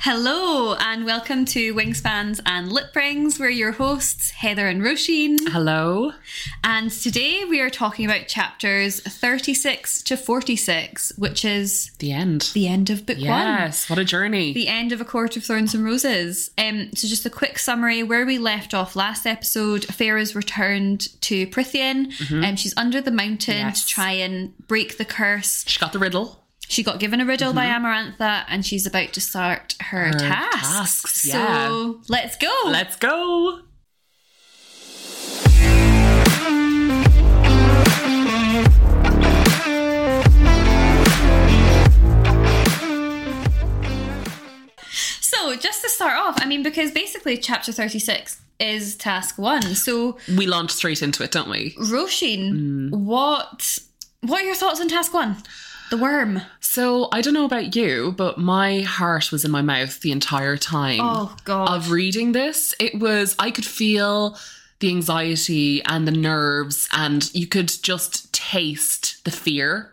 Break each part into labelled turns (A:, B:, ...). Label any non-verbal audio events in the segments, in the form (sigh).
A: Hello, and welcome to Wingspans and Lip Rings. We're your hosts, Heather and Roisin.
B: Hello.
A: And today we are talking about chapters 36 to 46, which is
B: The end.
A: the end of book one.
B: yes. What a journey.
A: the end of A Court of Thorns and Roses. Um, so, just a quick summary where we left off last episode. Farah's returned to Prithian. Um, she's under the mountain
B: Yes.
A: to try and break the curse.
B: she got the riddle.
A: She got given a riddle by
B: Mm-hmm.
A: Amarantha, and she's about to start her, tasks.
B: tasks, yeah.
A: So, let's go.
B: Let's go.
A: so, just to start off, I mean, because basically, chapter 36 is task one. So,
B: We launch straight into it, don't we? Mm.
A: Roshin, what what are your thoughts on task one? The worm.
B: So I don't know about you, but my heart was in my mouth the entire time
A: Oh, God.
B: of reading this. It was I could feel the anxiety and the nerves, and you could just taste the fear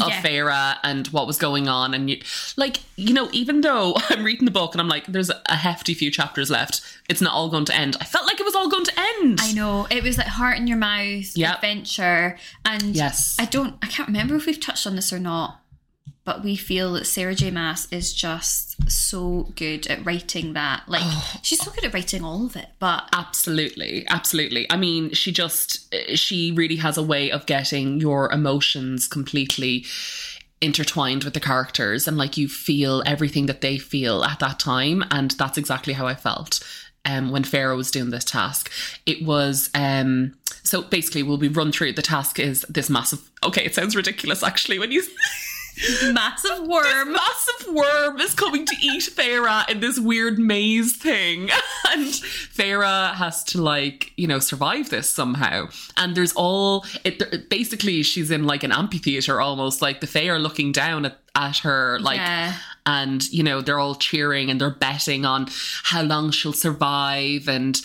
B: of
A: Yeah.
B: Farah and what was going on. And you, like, you know, even though (laughs) I'm reading the book and I'm like, there's a hefty few chapters left, it's not all going to end. I felt like it was all going to end.
A: I know. It was like heart in your mouth,
B: Yep.
A: adventure. And
B: Yes.
A: I don't I can't remember if we've touched on this or not, but we feel that Sarah J. Mass is just so good at writing that. Like
B: Oh.
A: she's so good at writing all of it,
B: (laughs)
A: but
B: Absolutely, absolutely. I mean, she just eh, she really has a way of getting your emotions completely intertwined with the characters and like you feel everything that they feel at that time and that's exactly how I felt um when Pharaoh was doing this task. It was um so basically we'll be run through the task is this massive okay, it sounds ridiculous actually when you (laughs)
A: massive worm.
B: massive worm is coming to eat Feyre in this weird maze thing. (laughs) And Feyre has to, like, you know, survive this somehow. And there's all, it basically, she's in like an amphitheater almost, like the Fae are looking down at, at her, like,
A: yeah.
B: and, you know, they're all cheering and they're betting on how long she'll survive. And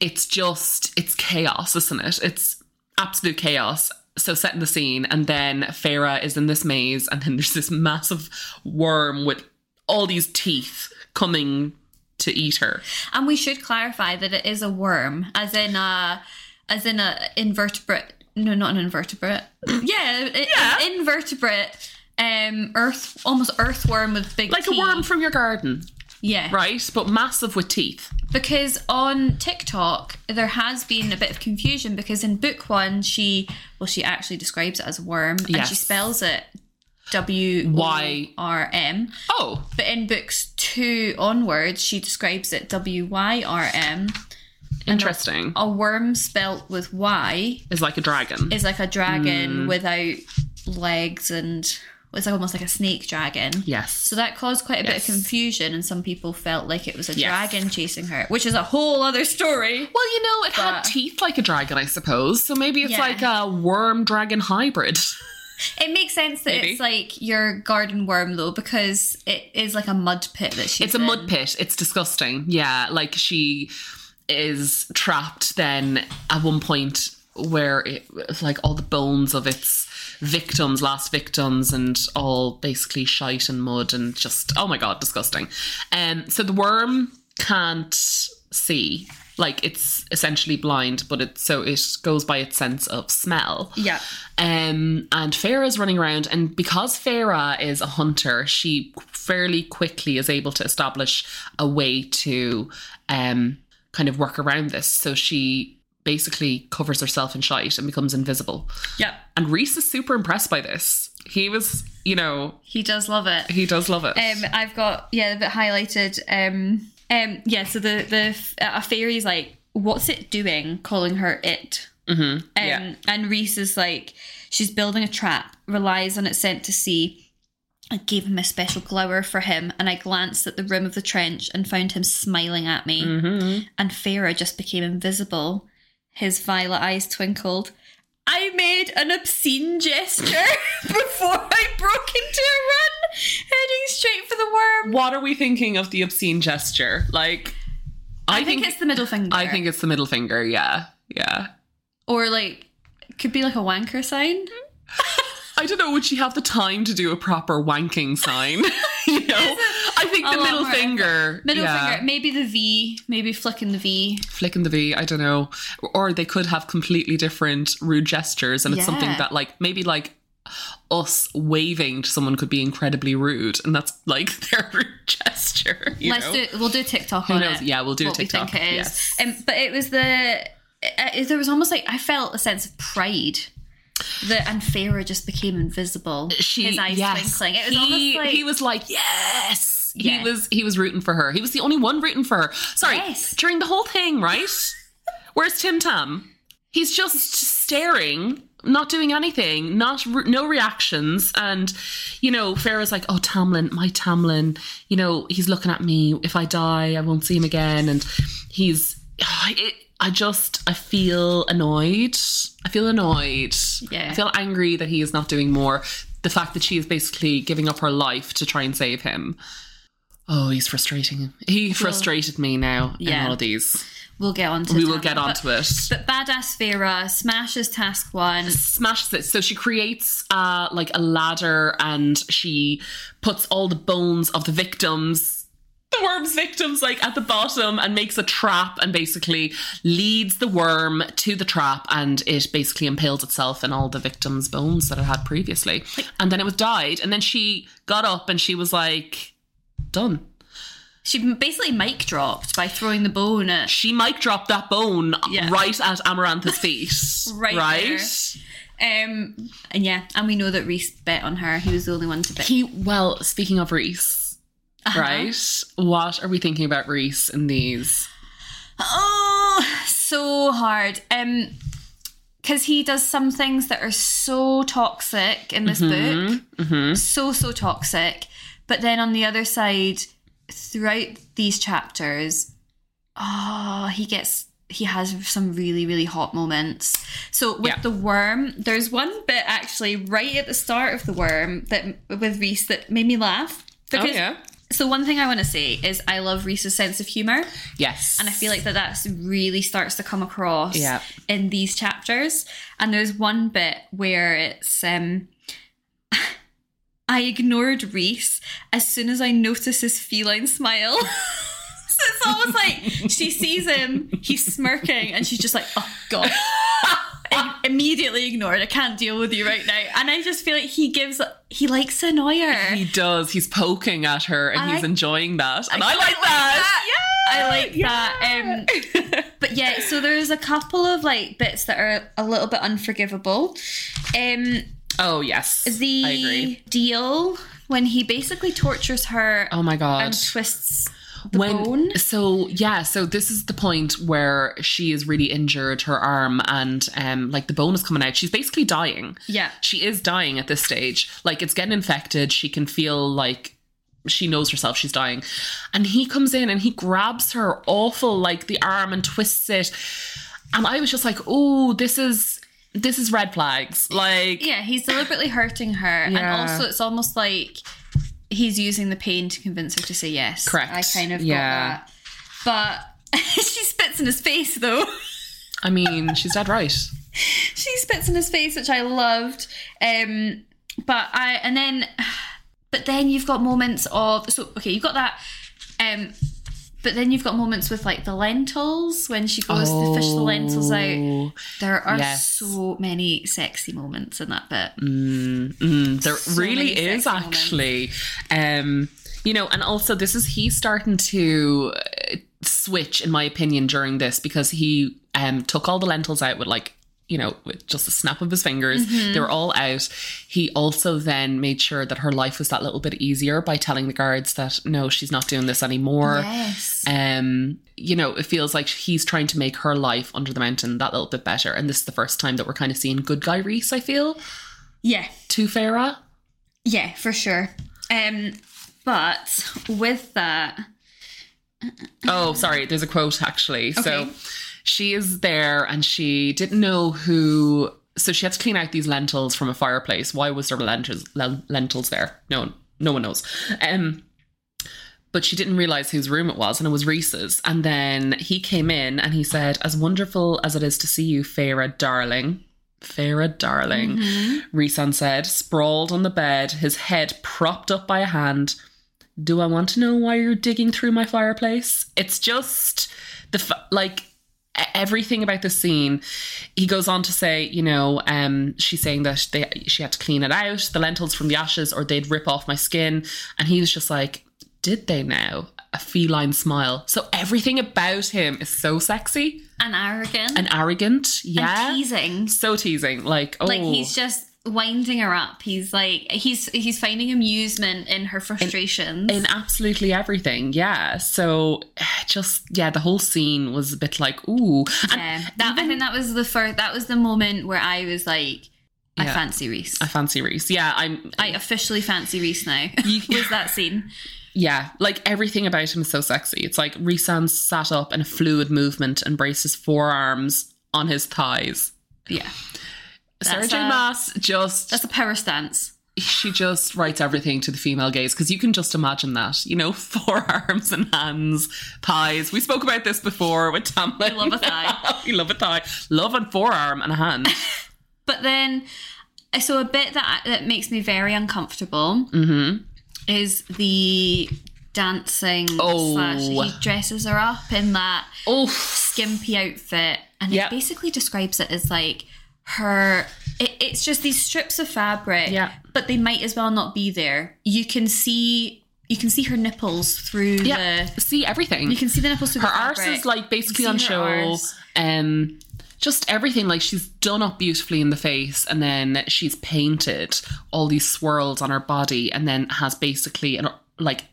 B: it's just, it's chaos, isn't it? It's absolute chaos. So setting the scene, and then Farah is in this maze, and then (laughs) there's this massive worm with all these teeth coming to eat her.
A: And we should clarify that it is a worm, as in a as in a invertebrate. No, not an invertebrate.
B: (coughs)
A: Yeah, i-
B: Yeah.
A: an invertebrate. Um, earth, almost earthworm with big
B: Like a
A: teeth.
B: worm from your garden,
A: Yeah,
B: right? But massive with teeth.
A: because on TikTok there has been a bit of confusion because in book one she well she actually describes it as a worm and she
B: Yes.
A: spells it W
B: Y.
A: O R M,
B: Oh,
A: but in books two onwards she describes it W Y R M.
B: interesting.
A: A worm spelt with Y
B: Is like a dragon.
A: is like a
B: Hmm.
A: dragon without legs and it's like almost like a snake dragon.
B: yes.
A: So that caused quite a bit of
B: Yes.
A: confusion, and some people felt like it was a
B: Yes.
A: dragon chasing her, which is a whole other story.
B: Well, you know, it had
A: But-
B: teeth like a dragon, I suppose. So maybe it's
A: Yeah.
B: like a worm dragon hybrid.
A: It makes sense that
B: Maybe.
A: it's like your garden worm though, because it is like a mud pit that she's.
B: It's a
A: in.
B: mud pit. It's disgusting. Yeah, like she is trapped then at one point where it like all the bones of its victims, last victims, and all basically shite and mud and just oh my god, disgusting. Um, so the worm can't see. Like it's essentially blind, but it so it goes by its sense of smell.
A: Yeah.
B: Um, and Farah's running around, and because Farah is a hunter, she fairly quickly is able to establish a way to um, kind of work around this. So she basically covers herself in shite and becomes invisible.
A: Yeah.
B: And Reese is super impressed by this. He was, you know,
A: He does love it.
B: he does love it.
A: Um, I've got yeah, a bit highlighted. Um, um, yeah. So the the uh, a fairy's like, what's it doing? Calling her it. Mm-hmm. Um,
B: yeah.
A: And Reese is like, she's building a trap. Relies on its scent to see. I gave him a special glower for him, and I glanced at the rim of the trench and found him smiling at me.
B: Mm. Hmm.
A: And Farah just became invisible. His violet eyes twinkled. I made an obscene gesture (laughs) before I broke into a run, heading straight for the worm.
B: what are we thinking of the obscene gesture? Like, I,
A: I think, it's the middle finger.
B: I think it's the middle finger. Yeah, yeah.
A: or like it could be like a wanker sign. (laughs)
B: I don't know, would she have the time to do a proper wanking sign? (laughs) you know? I I think
A: A
B: the
A: lot
B: middle
A: more
B: finger.
A: Middle
B: yeah.
A: finger, maybe the V, maybe flicking the V.
B: Flicking the V, I don't know. Or they could have completely different rude gestures, and it's something
A: Yeah.
B: that, like, maybe like us waving to someone could be incredibly rude, and that's like (laughs) their rude gesture. You
A: Let's
B: know?
A: do. We'll do a TikTok
B: Who
A: on
B: knows?
A: it.
B: Yeah, we'll do a
A: what
B: TikTok,
A: We think it is.
B: yes.
A: Um, but it was the. Uh, there was almost like I felt a sense of pride. That and Farah just became invisible.
B: Uh, she
A: His eyes
B: yes.
A: twinkling. It was
B: he,
A: almost like
B: he was like yes
A: Yeah.
B: he was he was rooting for her he was the only one rooting for her sorry
A: Yes.
B: during the whole
A: (laughs)
B: thing right where's tim tam he's just staring not doing anything not re- no reactions and you know farrah's like oh tamlin my tamlin you know he's looking at me if i die i won't see him again and he's (sighs) it, i just i feel annoyed i feel annoyed
A: Yeah.
B: i feel angry that he is not doing more the fact that she is basically giving up her life to try and save him oh he's frustrating he frustrated me now
A: Yeah.
B: in all of these
A: we'll get onto.
B: we will
A: Tamlin,
B: get
A: but-
B: onto it
A: But badass Vera smashes task one.
B: smashes it. So she creates uh, like a ladder and she puts all the bones of the victims, the worm's victims, like at the bottom and makes a trap and basically leads the worm to the trap and it basically impales itself in all the victims' bones that it had previously. And then it was died. And then she got up and she was like, done.
A: She basically mic dropped by throwing the bone at
B: She mic dropped that bone
A: Yeah.
B: right at Amarantha's feet.
A: (laughs) Right
B: Right?
A: Um, and yeah, and we know that Reese bet on her. He was the only one to bet.
B: He well, speaking of Reese,
A: Uh-huh.
B: right? What are we thinking about Reese in these?
A: Oh, so hard. Um, because he does some things that are so toxic in this book, so so toxic. But then on the other side, throughout these chapters, oh, he gets he has some really really hot moments. So with
B: Yeah.
A: the worm, there's one bit actually right at the start of the worm that with Reese that made me laugh. Because, So one thing I want to say is I love Reese's sense of humor.
B: yes,
A: And I feel like that that's really starts to come across
B: Yeah.
A: in these chapters. And there's one bit where it's um (laughs) I ignored Reese as soon as I noticed his feline smile. (laughs) so it's almost like she sees him, he's smirking, and she's just like, oh
B: (laughs)
A: god. I immediately ignored. I can't deal with you right now. And I just feel like he gives he likes to annoy her.
B: he does. He's poking at her, and
A: I
B: he's
A: like-
B: enjoying that, and I, like,
A: like
B: that.
A: I like that. Um, but yeah, so there's a couple of like bits that are a little bit unforgivable. Um,
B: (laughs) Oh yes, I
A: the
B: agree.
A: deal when he basically tortures her
B: Oh my god,
A: and twists the bone.
B: so yeah so this is the point where she is really injured her arm and um like the bone is coming out she's basically dying
A: Yeah.
B: she is dying at this stage like it's getting infected she can feel like she knows herself she's dying and he comes in and he grabs her awful like the arm and twists it and i was just like oh this is this is red flags like
A: Yeah, he's deliberately hurting her,
B: Yeah.
A: and also it's almost like he's using the pain to convince her to say yes.
B: Correct.
A: I kind of
B: Yeah.
A: got that, but (laughs) she spits in his face though.
B: i mean she's dead right
A: she spits in his face, which I loved. Um, but I and then, but then you've got moments of so okay, you've got that. Um, but then you've got moments with like the lentils when she goes to fish the lentils out.
B: Oh.
A: There are
B: yes.
A: so many sexy moments in that bit.
B: Mm, there
A: So
B: really
A: many
B: is
A: sexy moments.
B: actually. Um, you know, and also this is he starting to uh, switch, in my opinion, during this because he um, took all the lentils out with like. You know, with just a snap of his fingers,
A: Mm-hmm.
B: they were all out. He also then made sure that her life was that little bit easier by telling the guards that no, she's not doing this anymore.
A: Yes.
B: Um, you know, it feels like he's trying to make her life under the mountain that little bit better. And this is the first time that we're kind of seeing good guy Reese. I feel
A: Yeah.
B: to Farah.
A: Yeah, for sure. Um, but with that,
B: Oh, sorry. There's a quote actually.
A: Okay.
B: So she is there and she didn't know who. So she had to clean out these lentils from a fireplace. Why was there lentils len- lentils there? No, no one knows. Um, but she didn't realize whose room it was, and it was Reese's. And then he came in and he said, "As wonderful as it is to see you, Farah, darling." Farah, darling, Reesan said, sprawled on the bed, his head propped up by a hand. do I want to know why you're digging through my fireplace? It's just the f- like e- everything about the scene. He goes on to say, you know, um, she's saying that they she had to clean it out, the lentils from the ashes, or they'd rip off my skin, and he was just like, did they now? A feline smile. So everything about him is so sexy
A: and arrogant
B: and arrogant.
A: and
B: Yeah,
A: teasing.
B: so teasing. Like, oh,
A: Like he's just winding her up. He's like he's he's finding amusement in her frustrations.
B: in absolutely everything yeah so (sighs) just yeah the whole scene was a bit like ooh and
A: yeah, that I think that was the first. That was the moment where I was like, I
B: Yeah.
A: fancy Reese.
B: i
A: I,
B: fancy reese yeah i'm
A: officially fancy Reese now. (laughs) was that
B: (laughs)
A: scene?
B: yeah like everything about him is so sexy it's like reese Ann sat up in a fluid movement and braced his forearms on his thighs
A: Yeah,
B: sarah
A: That's
B: j
A: a-
B: maas just
A: that's a power stance.
B: she just writes everything to the female gaze because you can just imagine that you know (laughs) forearms and hands thighs we spoke about this before with tamlin
A: We love a thigh.
B: (laughs) we love a thigh love and forearm and a hand
A: But then, so a bit that that makes me very uncomfortable
B: Mm-hmm.
A: is the dancing.
B: Oh.
A: slash, he dresses her up in that
B: oh
A: skimpy outfit, and
B: Yep.
A: it basically describes it as like her. It, it's just these strips of fabric,
B: Yeah.
A: but they might as well not be there. You can see, you can see her nipples through
B: Yeah,
A: the.
B: see everything.
A: You can see the nipples through
B: her
A: the
B: arse
A: fabric.
B: is like basically
A: You
B: on
A: see her
B: show.
A: arse.
B: Um, just everything. Like she's done up beautifully in the face, and then she's painted all these swirls on her body, and then has basically an like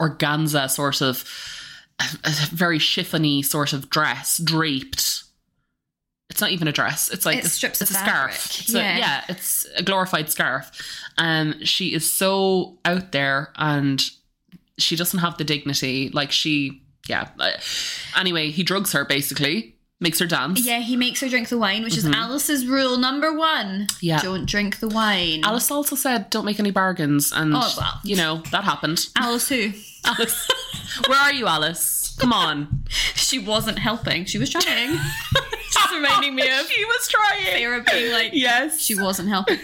B: organza sort of a very chiffony sort of dress draped. It's not even a dress. It's like
A: It's strips
B: it's
A: of
B: a scarf.
A: fabric,
B: It's a-
A: yeah.
B: yeah, it's a glorified scarf. Um, she is so out there, and she doesn't have the dignity. Like she, yeah. Uh, Anyway, he drugs her basically, makes her dance.
A: Yeah, he makes her drink the wine, which is Alice's rule number one.
B: Yeah.
A: Don't drink the wine.
B: Alice also said, "Don't make any bargains," and
A: Oh, well.
B: you know that
A: (laughs)
B: happened.
A: Alice who?
B: Alice, (laughs) where are you, Alice? Come on.
A: She wasn't helping. She was (laughs) trying. Just (laughs) reminding me of
B: (laughs) she was trying.
A: Sarah being like,
B: yes,
A: she wasn't (laughs) helping.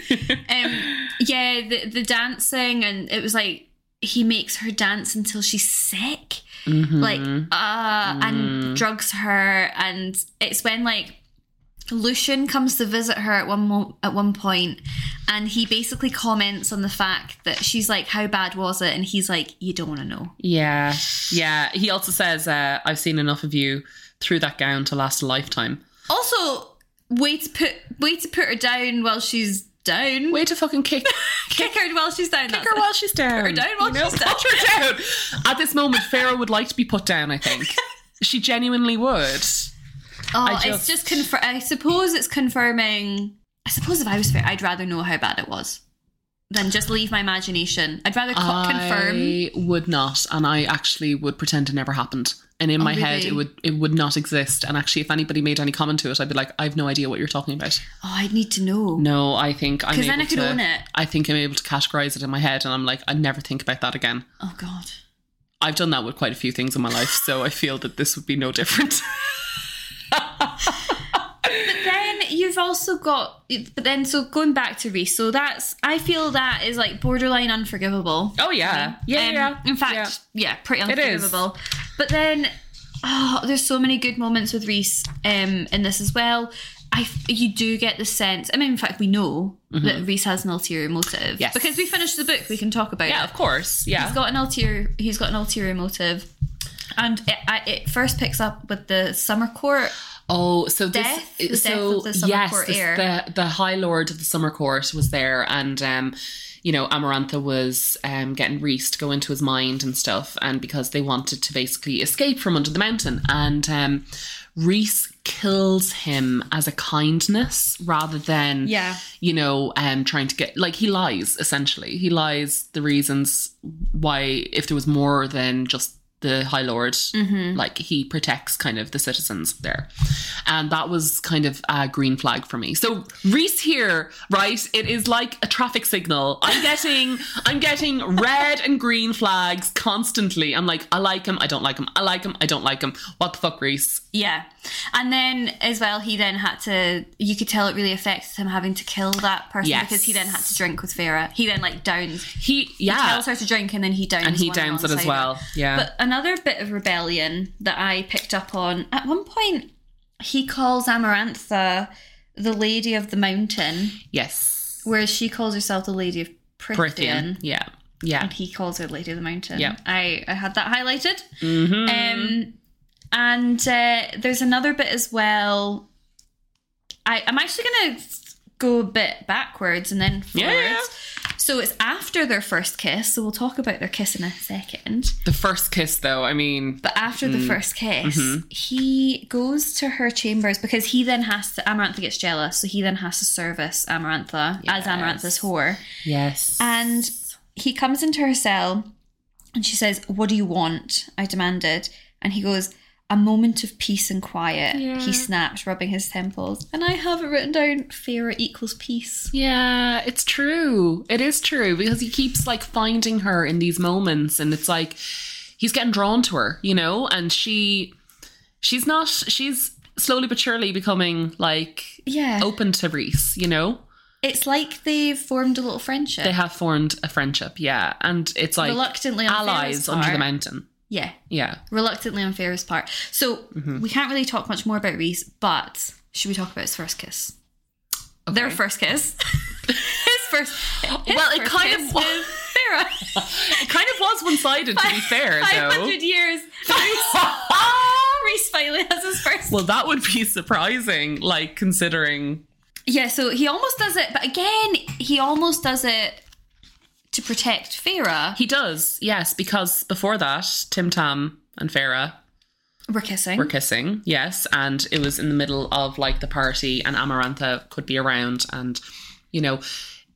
A: Um, yeah, the, the dancing, and it was like, he makes her dance until she's sick. Like, uh, and drugs her. And it's when, like, Lucian comes to visit her at one mo- at one point, and he basically comments on the fact that she's like, "How bad was it?" And he's like, "You don't want to know."
B: Yeah, yeah. He also says, uh, "I've seen enough of you through that gown to last a lifetime."
A: Also, way to put way to put her down while she's down.
B: Way to fucking kick,
A: kick her while she's down.
B: kick her while
A: (laughs)
B: she's down.
A: her down while she's down.
B: (laughs) Put her down. At this moment, Pharaoh would like to be put down.
A: (laughs)
B: I think she genuinely would.
A: Oh,
B: I
A: it's just confirm. I suppose it's confirming. I suppose if I was fair, I'd rather know how bad it was than just leave my imagination. I'd rather co- confirm.
B: I would not, and I actually would pretend it never happened. And in my head,
A: Oh, really?
B: it would it would not exist. And actually, if anybody made any comment to it, I'd be like, I have no idea what you're talking about.
A: Oh, I'd need to know.
B: No, I think I'm
A: 'Cause then
B: able
A: I could
B: to-
A: own it.
B: I think I'm able to categorize it in my head, and I'm like, I never think about that again.
A: Oh God.
B: I've done that with quite a few things in my life, so I feel that this would be
A: (laughs)
B: no different.
A: Then you've also got. But then, so going back to Reese, so that's I feel that is like borderline unforgivable.
B: oh (laughs) yeah, yeah,
A: Um,
B: yeah.
A: In fact, yeah, pretty
B: It is.
A: unforgivable. But then, oh, there's so many good moments with Reese um, in this as well. I f- you do get the sense. I mean, in fact, we know that Reese has an ulterior motive.
B: Mm-hmm. Yes.
A: because we finished the book, we can talk about
B: yeah,
A: it.
B: of course, yeah.
A: He's got an ulterior. He's got an ulterior motive. And it, I, it first picks up with the summer court.
B: Oh, so
A: Death? The
B: this,
A: death
B: so
A: of the Summer
B: yes,
A: Court
B: this-
A: heir.
B: the the High Lord of the Summer Court was there, and um, you know, Amarantha was um getting Reese to go into his mind and stuff, and because they wanted to basically escape from under the mountain, and um, Reese kills him as a kindness rather than
A: Yeah.
B: you know, um, trying to get like he lies essentially. He lies the reasons why if there was more than just the High Lord.
A: Mm-hmm.
B: Like he protects kind of the citizens there. And that was kind of a green flag for me. So Reese here, right? It is like a traffic signal. I'm getting I'm getting red and green flags constantly. I'm like, I like him, I don't like him, I like him, I don't like him. What the fuck, Reese?
A: Yeah. And then as well, he then had to, you could tell it really affects him having to kill that person
B: Yes.
A: because he then had to drink with Vera. He then like downs,
B: He yeah.
A: tells her to drink and then he downs
B: Ah. and he
A: one
B: downs it as
A: alongside
B: well.
A: her.
B: Yeah.
A: But another bit of rebellion that I picked up on at one point, he calls Amarantha the Lady of the Mountain,
B: yes.
A: whereas she calls herself the Lady of Prithian.
B: Prithian. Yeah. Yeah.
A: and he calls her Lady of the Mountain.
B: Yeah.
A: I, I had that highlighted.
B: Mm-hmm. Mm.
A: Um, and uh, there's another bit as well. I, I'm actually going to go a bit backwards and then
B: Yeah,
A: forwards.
B: yeah, yeah.
A: So it's after their first kiss. So we'll talk about their kiss in a second.
B: The first kiss though, I mean
A: But after
B: Mm.
A: the first kiss,
B: Mm-hmm.
A: he goes to her chambers because he then has to. Amarantha gets jealous, so he then has to service Amarantha as
B: Yes.
A: Amarantha's whore.
B: Yes.
A: And he comes into her cell and she says, What do you want? I demanded. And he goes, A moment of peace and quiet. He snaps, rubbing his temples. And I have it written down fear equals peace.
B: Yeah, it's true. It is true because he keeps like finding her in these moments and it's like he's getting drawn to her, you know, and she she's not she's slowly but surely becoming like
A: Yeah.
B: open to Reese, you know?
A: It's like they've formed a little friendship.
B: They have formed a friendship, yeah. And it's like
A: Reluctantly on Vera's
B: allies under the
A: part.
B: mountain.
A: Yeah.
B: Yeah.
A: Reluctantly on Farah's part. So we can't really talk much more about Reese, but should we talk about his first kiss? Their
B: Okay.
A: first kiss. (laughs) his first. his
B: Well, it
A: first
B: kind
A: kiss
B: of
A: (laughs) with
B: was
A: Farah.
B: it kind of was one
A: (laughs)
B: sided to be fair though.
A: 500 years.
B: (laughs)
A: Ah, Reese finally has his first.
B: well, that would be (laughs) surprising, like considering
A: Yeah, so he almost does it, but again, he almost does it to protect Farah.
B: He does, yes, because before that, Tim Tam and Farah
A: We're kissing.
B: were kissing, yes, and it was in the middle of like the party, and Amarantha could be around, and you know,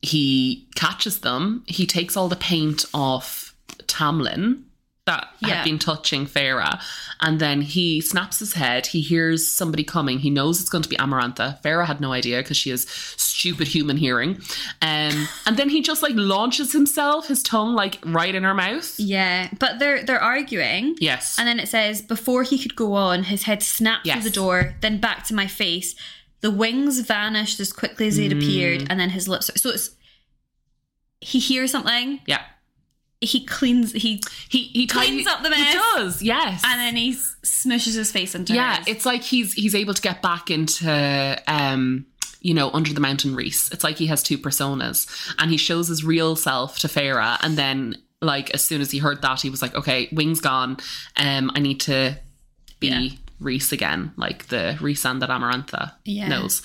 B: he catches them, he takes all the paint off Tamlin that
A: Yeah.
B: had been touching Farah, and then he snaps his head, he hears somebody coming, he knows it's going to be Amarantha. Farah had no idea because she has stupid human hearing. Um, and then he just like launches himself, his tongue like right in her mouth.
A: yeah, but they're they're arguing.
B: Yes.
A: And then it says before he could go on, his head snapped
B: Yes.
A: through the door, then back to my face. The wings vanished as quickly as they'd appeared, and then his lips. So it's he hears something,
B: yeah.
A: he cleans, he
B: He he
A: Cleans
B: tidy-
A: up the mess.
B: He does, yes.
A: and then he s- smushes his face into
B: yeah,
A: hers.
B: it's like he's he's able to get back into um you know, under the mountain Reese. It's like he has two personas and he shows his real self to Farah and then like as soon as he heard that he was like, Okay, wings gone. Um I need to be
A: Yeah.
B: Reese again, like the Reese and that Amarantha
A: Yeah.
B: knows.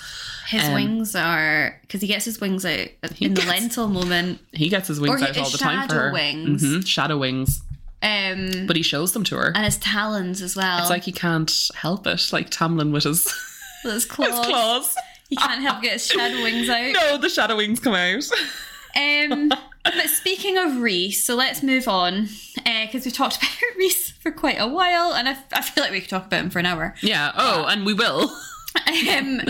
A: His
B: Um,
A: wings are because he gets his wings out in the
B: gets-
A: lentil moment.
B: He gets his wings
A: Or he-
B: out all the
A: his
B: time for
A: shadow
B: her.
A: wings.
B: Mhm, shadow wings.
A: Um,
B: But he shows them to her.
A: and his talons as well.
B: It's like he can't help it, like Tamlin with his, (laughs)
A: With his
B: his
A: claws.
B: claws.
A: He can't help get his shadow wings out.
B: (laughs) No, the shadow wings come out.
A: (laughs) Um, but speaking of Reese, so let's move on because we've talked (laughs) about Reese for quite a while, and I, I feel like we could talk about him for an hour.
B: Yeah. Oh, and we will. (laughs)
A: Um,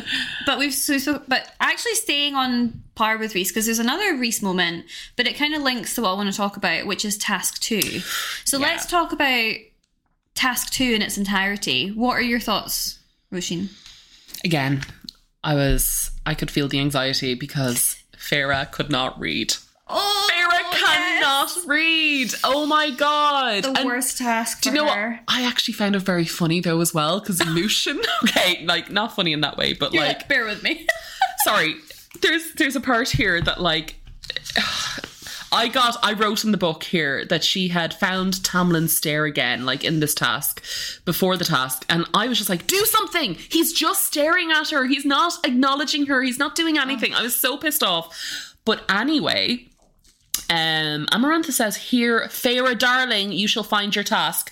A: but we've so, so but actually staying on par with Reese because there's another Reese moment, but it kind of links to what I want to talk about, which is task two. So let's talk about task two in its entirety. What are your thoughts, Roisin?
B: Again, I was. I could feel the anxiety because Farah could not read.
A: Oh,
B: Farah cannot read. Oh my god.
A: The
B: And
A: worst task.
B: Do you know what? I actually found it very funny though as well
A: (laughs)
B: because Lucian. (laughs) Okay, like not funny in that way, but like
A: bear with me.
B: sorry. There's there's a part here that like I got I wrote in the book here that she had found Tamlin's stare again, like in this task, before the task, and I was just like, do something! He's just staring at her, he's not acknowledging her, he's not doing anything. I was so pissed off. But anyway, um, Amarantha says, Here, Farah, darling, you shall find your task.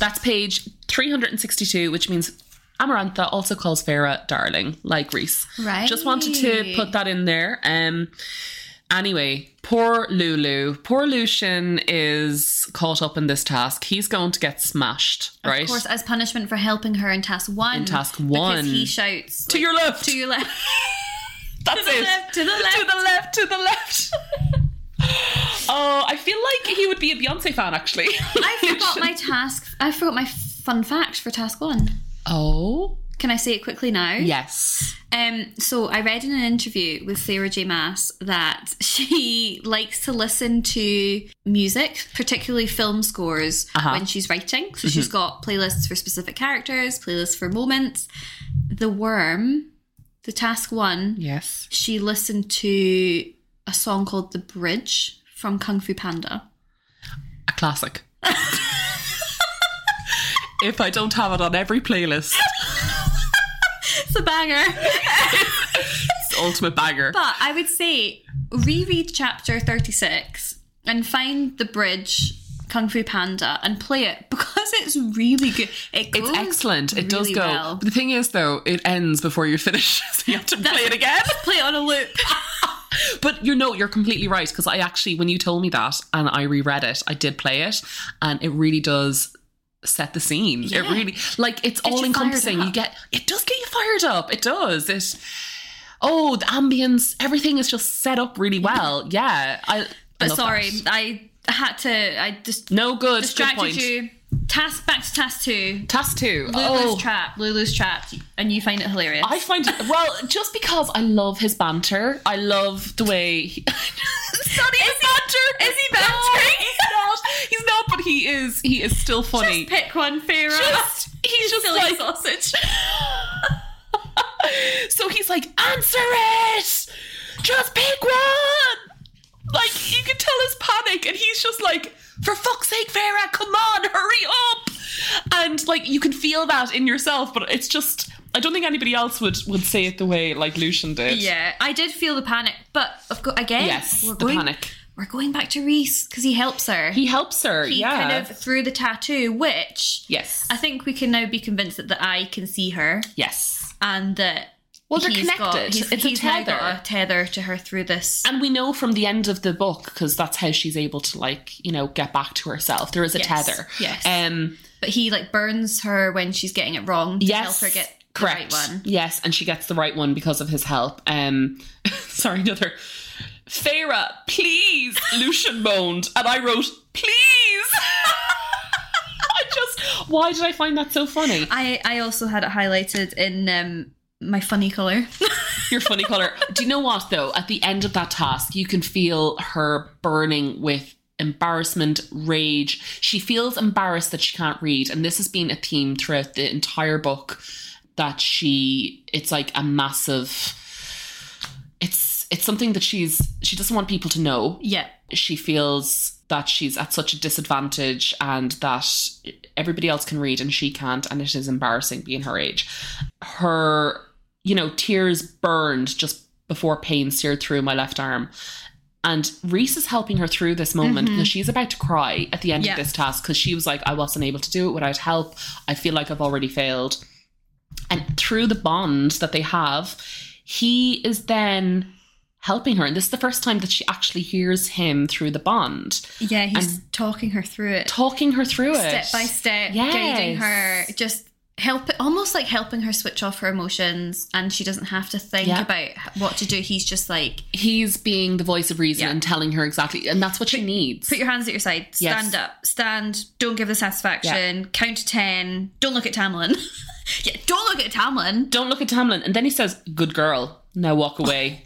B: That's page 362, which means Amarantha also calls Farah darling, like Reese.
A: Right.
B: Just wanted to put that in there. Um, Anyway, poor Lulu. Poor Lucian is caught up in this task. He's going to get smashed, right?
A: Of course, as punishment for helping her in task one.
B: In task
A: Because
B: one.
A: he shouts
B: To
A: like,
B: your left.
A: to your left, (laughs)
B: That's
A: to the
B: it.
A: left, to the
B: To
A: left.
B: the left, to
A: (laughs)
B: the left. oh, I feel like he would be a Beyonce fan, actually.
A: I forgot my task. I forgot my fun fact for task one.
B: (laughs) Oh,
A: Can I say it quickly now?
B: yes.
A: Um, so I read in an interview with Sarah J. Mass that (laughs) she likes to listen to music, particularly film scores,
B: Uh-huh.
A: when she's writing. So she's got playlists for specific characters, playlists for moments. The Worm, the task one,
B: Yes.
A: she listened to a song called The Bridge from Kung Fu Panda. (laughs)
B: A classic. if I don't have it on every playlist,
A: It's a banger.
B: it's ultimate banger.
A: But I would say reread chapter 36 and find the bridge Kung Fu Panda and play it because it's really good. It goes
B: It's excellent. It does
A: really
B: go.
A: well.
B: The thing is, though, it ends before you finish, (laughs) so you have to play it again.
A: (laughs) Play it on a loop. Uh,
B: But you know, you're completely right because I actually, when you told me that and I reread it, I did play it, and it really does set the scene. It
A: Yeah.
B: really, like, it's all
A: you
B: encompassing.
A: fired
B: You
A: up.
B: get it does get you fired up. It does. It. Oh, the ambience, everything is just set up really well. Yeah, I. I
A: But
B: love
A: Uh, sorry,
B: that.
A: I had to. I just
B: no good. Good
A: distracted
B: point.
A: you. Task back to task two.
B: Task two.
A: Lulu's
B: oh,
A: trap. Lulu's trap. And you find it hilarious.
B: I (laughs) find well, just because I love his banter, I love the way. He,
A: (laughs)
B: (laughs)
A: Sorry, is he, is he bantering?
B: he's not. He's not, but he is. He is still funny.
A: Just pick one, Pharaoh.
B: Just- he's just
A: Silly
B: like-
A: sausage.
B: (laughs) so he's like, answer it. Just pick one. Like you can tell his panic, and he's just like, for fuck's sake, Vera, come on, hurry up. And like you can feel that in yourself, but it's just. I don't think anybody else would would say it the way like Lucian did.
A: Yeah, I did feel the panic, but of course, again,
B: Yes,
A: we're
B: the
A: going,
B: panic.
A: We're going back to Reese because he helps her.
B: He helps her.
A: He
B: yeah.
A: kind of through the tattoo, which
B: yes.
A: I think we can now be convinced that the eye can see her
B: yes.
A: and that.
B: Well, they're
A: he's got-
B: connected.
A: he's
B: It's a
A: he's now
B: tether.
A: got a tether to her through this.
B: And we know from the end of the book because that's how she's able to like you know get back to herself. There is a
A: Yes,
B: tether.
A: yes.
B: Um.
A: But he like burns her when she's getting it wrong to
B: Yes.
A: help her get
B: correct.
A: the right one.
B: Yes, and she gets the right one because of his help. Um. (laughs) sorry, another. Farah, please. Lucian moaned, and I wrote, please. (laughs) I just. Why did I find that so funny?
A: I I also had it highlighted in um, my funny
B: (laughs)
A: color.
B: your funny color. Do you know what though? At the end of that task, you can feel her burning with embarrassment, rage. She feels embarrassed that she can't read, and this has been a theme throughout the entire book. That she, it's like a massive. It's it's something that she's she doesn't want people to know
A: yeah,
B: she feels that she's at such a disadvantage and that everybody else can read and she can't and it is embarrassing being her age her you know tears burned just before pain seared through my left arm and Reese is helping her through this moment
A: Mhm.
B: because she's about to cry at the end
A: Yeah.
B: of this task because she was like, I wasn't able to do it without help. I feel like I've already failed. And through the bond that they have, he is then helping her. And this is the first time that she actually hears him through the bond,
A: yeah, he's talking her through it.
B: talking her through it.
A: step by step,
B: Yes.
A: guiding her, just help, almost like helping her switch off her emotions, and she doesn't have to think
B: Yeah.
A: about what to do. He's just like,
B: He's being the voice of reason
A: Yeah.
B: and telling her exactly. And that's what she needs.
A: put your hands at your side,
B: Yes.
A: stand up, stand, don't give the satisfaction, count to ten, don't look at Tamlin, (laughs) yeah, don't look at
B: (laughs)
A: Tamlin.
B: Don't look at Tamlin. And then he says, Good girl. Now (laughs) walk away.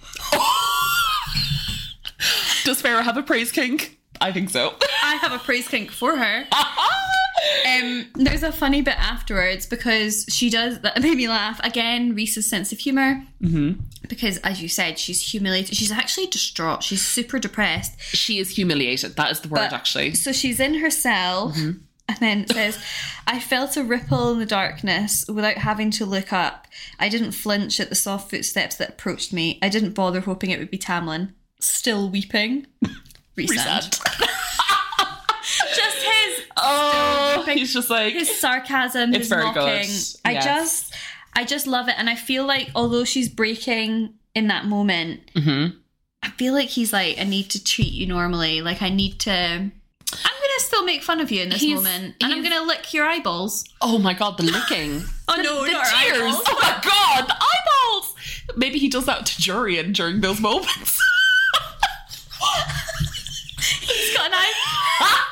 B: Does Pharaoh have a praise kink? I think so. (laughs)
A: I have a praise kink for her. Um, there's a funny bit afterwards because she does that made me laugh again. Reese's sense of humor.
B: Mhm.
A: Because, as you said, she's humiliated. She's actually distraught. She's super depressed.
B: she is humiliated. That is the word,
A: But-
B: actually.
A: So she's in her cell and then it says, I felt a ripple in the darkness without having to look up. I didn't flinch at the soft footsteps that approached me. I didn't bother hoping it would be Tamlin. Still weeping. Resend. (laughs) Just his
B: Oh, he's just like
A: his sarcasm,
B: It's
A: his
B: very
A: mocking.
B: good.
A: I
B: Yes.
A: just I just love it. And I feel like although she's breaking in that moment,
B: Mhm.
A: I'm feel like he's like, I need to treat you normally. Like, I need to. I'm gonna still make fun of you in this
B: He's-
A: moment, and I'm
B: he's-
A: gonna lick your eyeballs.
B: Oh my god,
A: (laughs)
B: the licking.
A: Oh
B: The-
A: no,
B: the
A: not our
B: tears.
A: eyeballs.
B: Oh my god, the eyeballs. Maybe he does that to Jurian during those moments.
A: (laughs)
B: (laughs)
A: He's got an eye.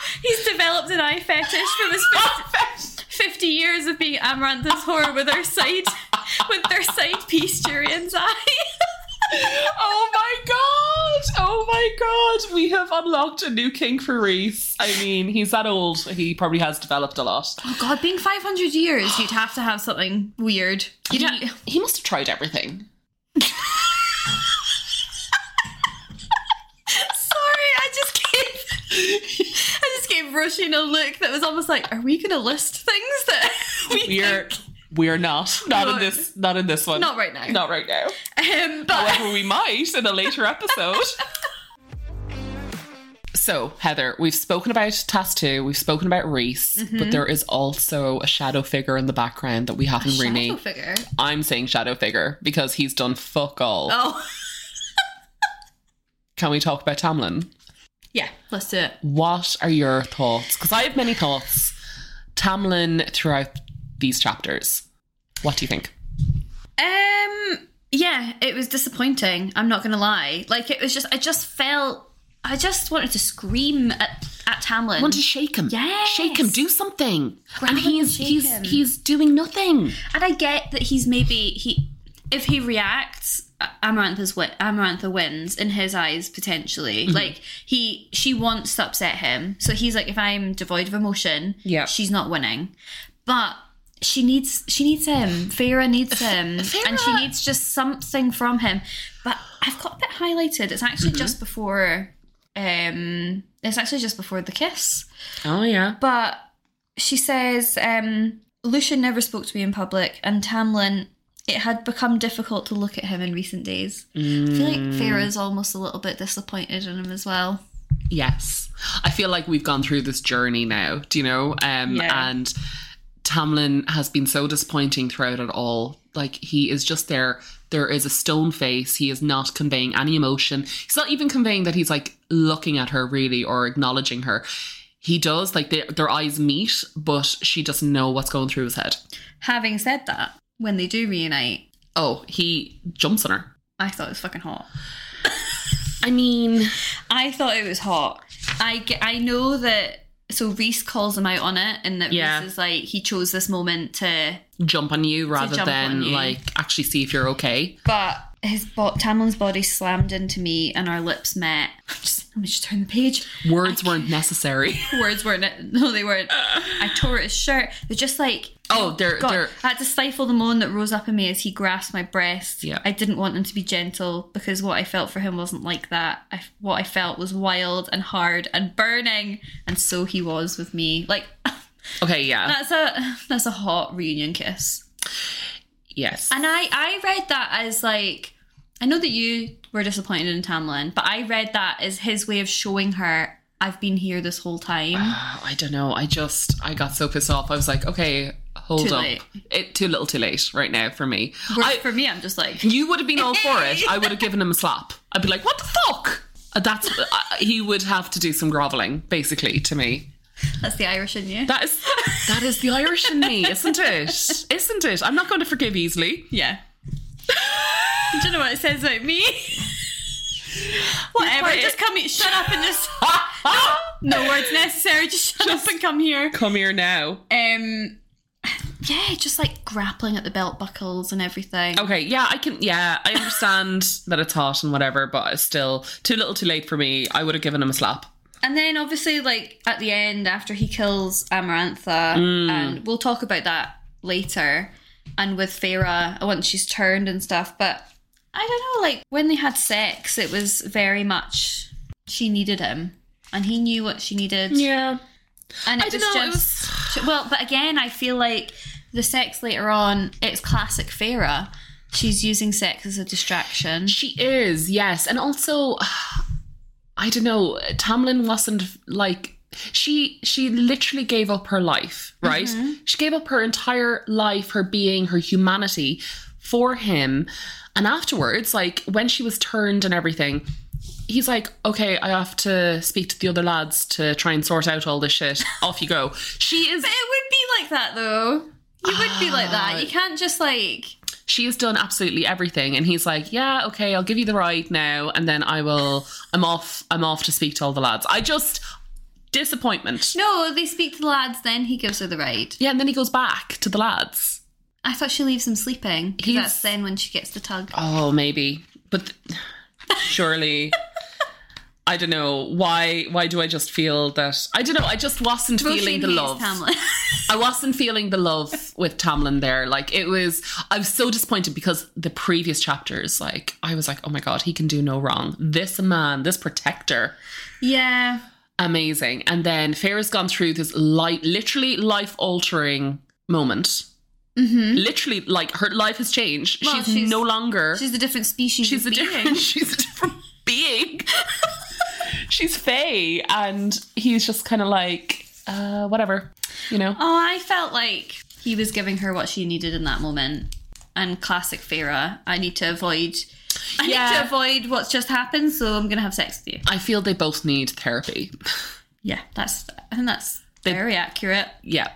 A: (laughs) he's developed an eye fetish from his fif- fifty years of being Amaranth's whore with her side, (laughs) with their side piece Durian's eye. (laughs)
B: oh my god! Oh my god! We have unlocked a new king for Reese. I mean, he's that old. He probably has developed a lot.
A: oh God, being five hundred years, you'd have to have something weird. You don't.
B: He, he must have tried everything.
A: (laughs) Sorry, I just gave I just gave Roisin a look that was almost like, are we gonna list things that (laughs) we
B: We're
A: think-
B: we're not not in
A: No.
B: this not in this one.
A: not right now.
B: Not right now.
A: Um, but
B: However, we might in a later episode. (laughs) So, Heather, we've spoken about Task 2, we've spoken about Reese, but there is also a shadow figure in the background that we haven't really.
A: shadow figure.
B: I'm saying shadow figure because he's done fuck all.
A: Oh
B: Can we talk about Tamlin?
A: yeah, let's do it.
B: What are your thoughts? Because I have many thoughts. Tamlin throughout these chapters. What do you think?
A: Um, yeah, it was disappointing. I'm not gonna lie. Like it was just, I just felt, I just wanted to scream at at Tamlin.
B: Want to shake him?
A: Yes.
B: shake him. Do something.
A: Grab him
B: and
A: and
B: he's
A: shake
B: he's
A: him.
B: he's doing nothing.
A: and I get that he's maybe he, if he reacts, A- Amarantha's wi- Amarantha wins in his eyes potentially.
B: Mm-hmm.
A: Like he, she wants to upset him, so he's like, if I'm devoid of emotion,
B: Yeah.
A: she's not winning. But she needs, she needs him. Feyre needs him, and she
B: Feyre-
A: needs just something from him. But I've got that highlighted. It's actually
B: Mm-hmm.
A: just before. Um, it's actually just before the kiss.
B: Oh yeah.
A: But she says, um, Lucian never spoke to me in public, and Tamlin, it had become difficult to look at him in recent days. I feel like Farah's almost a little bit disappointed in him as well.
B: Yes. I feel like we've gone through this journey now, do you know? Um
A: Yeah.
B: and Tamlin has been so disappointing throughout it all. Like he is just there. There is a stone face. He is not conveying any emotion. He's not even conveying that he's like looking at her really or acknowledging her. He does like their their eyes meet, but she doesn't know what's going through his head.
A: Having said that, when they do reunite,
B: Oh, he jumps on her.
A: I thought it was fucking hot.
B: I mean,
A: I thought it was hot. I, ge- I know that. So Reese calls him out on it, and that
B: Yeah.
A: Reese is like he chose this moment to,
B: jump on you rather
A: jump on
B: than
A: you.
B: like actually see if you're okay.
A: but his bo- Tamlin's body slammed into me, and our lips met. (laughs) Just, let me just turn the page.
B: Words
A: (laughs)
B: weren't necessary.
A: words weren't it. No, they weren't. I tore his shirt. They're just like,
B: Oh, they're
A: God,
B: they're
A: I had to stifle the moan that rose up in me as he grasped my breast.
B: Yeah.
A: I didn't want him to be gentle because what I felt for him wasn't like that. I, what I felt was wild and hard and burning, and so he was with me. Like (laughs)
B: okay. Yeah.
A: that's a that's a hot reunion kiss.
B: yes.
A: And I I read that as like I know that you were disappointed in Tamlin, but I read that as his way of showing her I've been here this whole
B: (sighs)
A: time.
B: Ah, I don't know. I just I got so pissed off. I was like, okay, hold
A: Too
B: up.
A: late.
B: It too little, too late right now for me.
A: Whereas
B: I,
A: for me, I'm just like
B: you would have been all for
A: (laughs)
B: it. I would have given him a slap. I'd be like, what the fuck? Uh, That's I he would have to do some groveling basically to me.
A: That's the Irish in you.
B: That is that is the Irish in me, isn't it? Isn't it? I'm not going to forgive easily.
A: yeah. (laughs) Do you know what it says about (laughs) me? Whatever.
B: quite-
A: Just come here. Shut up and just. (laughs) No words necessary. Just shut up and come (laughs) here.
B: Come here now.
A: Um. Yeah, just like grappling at the belt buckles and everything.
B: Okay, yeah, I can. Yeah, I understand that it's hot and whatever, but it's still too little, too late for me. I would have given him a slap.
A: And then obviously, like at the end, after he kills Amarantha,
B: Mm.
A: and we'll talk about that later, and with Farah once she's turned and stuff. But I don't know, like when they had sex, it was very much she needed him, and he knew what she needed.
B: Yeah,
A: and it
B: I
A: was
B: don't know. It
A: just well, but again, I feel like the sex later on, it's classic Farah. She's using sex as a distraction.
B: She is, yes. And also (sighs) I don't know, Tamlin wasn't like she she literally gave up her life, right? She gave up her entire life, her being, her humanity for him. And afterwards, like when she was turned and everything, he's like, okay, I have to speak to the other lads to try and sort out all this shit. Off you go. She is
A: (laughs) But it would be like that though. You would be like that.
B: (sighs)
A: You can't just like
B: she has done absolutely everything and he's like yeah okay i'll give you the ride now and then i will i'm off i'm off to speak to all the lads i just disappointment
A: no. They speak to the lads, then he gives her the ride.
B: yeah and then he goes back to the lads
A: I thought she leaves him sleeping. 'cause
B: He's-
A: That's then when she gets the tug.
B: oh maybe but th- surely i don't know why why do i just feel that i don't know i just wasn't feeling
A: Roisin hates
B: the love
A: (laughs) Tamlin.
B: I wasn't feeling the love with Tamlin there. Like it was, I was so disappointed because the previous chapters, like I was like, oh my god, he can do no wrong. This man, this protector,
A: yeah.
B: amazing. And then Farrah's gone through this light, literally life altering moment.
A: Mm-hmm.
B: Literally, like her life has changed.
A: Well,
B: she's,
A: she's-
B: no longer. She's,
A: She's a different species.
B: a
A: of being.
B: different. (laughs) She's a different being. (laughs) she's Faye, and he's just kind of like, uh, whatever, you know.
A: (laughs) Oh, I felt like he was giving her what she needed in that moment. And classic Farah, I need to avoid. I need
B: Yeah.
A: to avoid what's just happened, so I'm gonna have sex with you.
B: I feel they both need therapy.
A: Yeah, that's I think that's very accurate.
B: Yeah.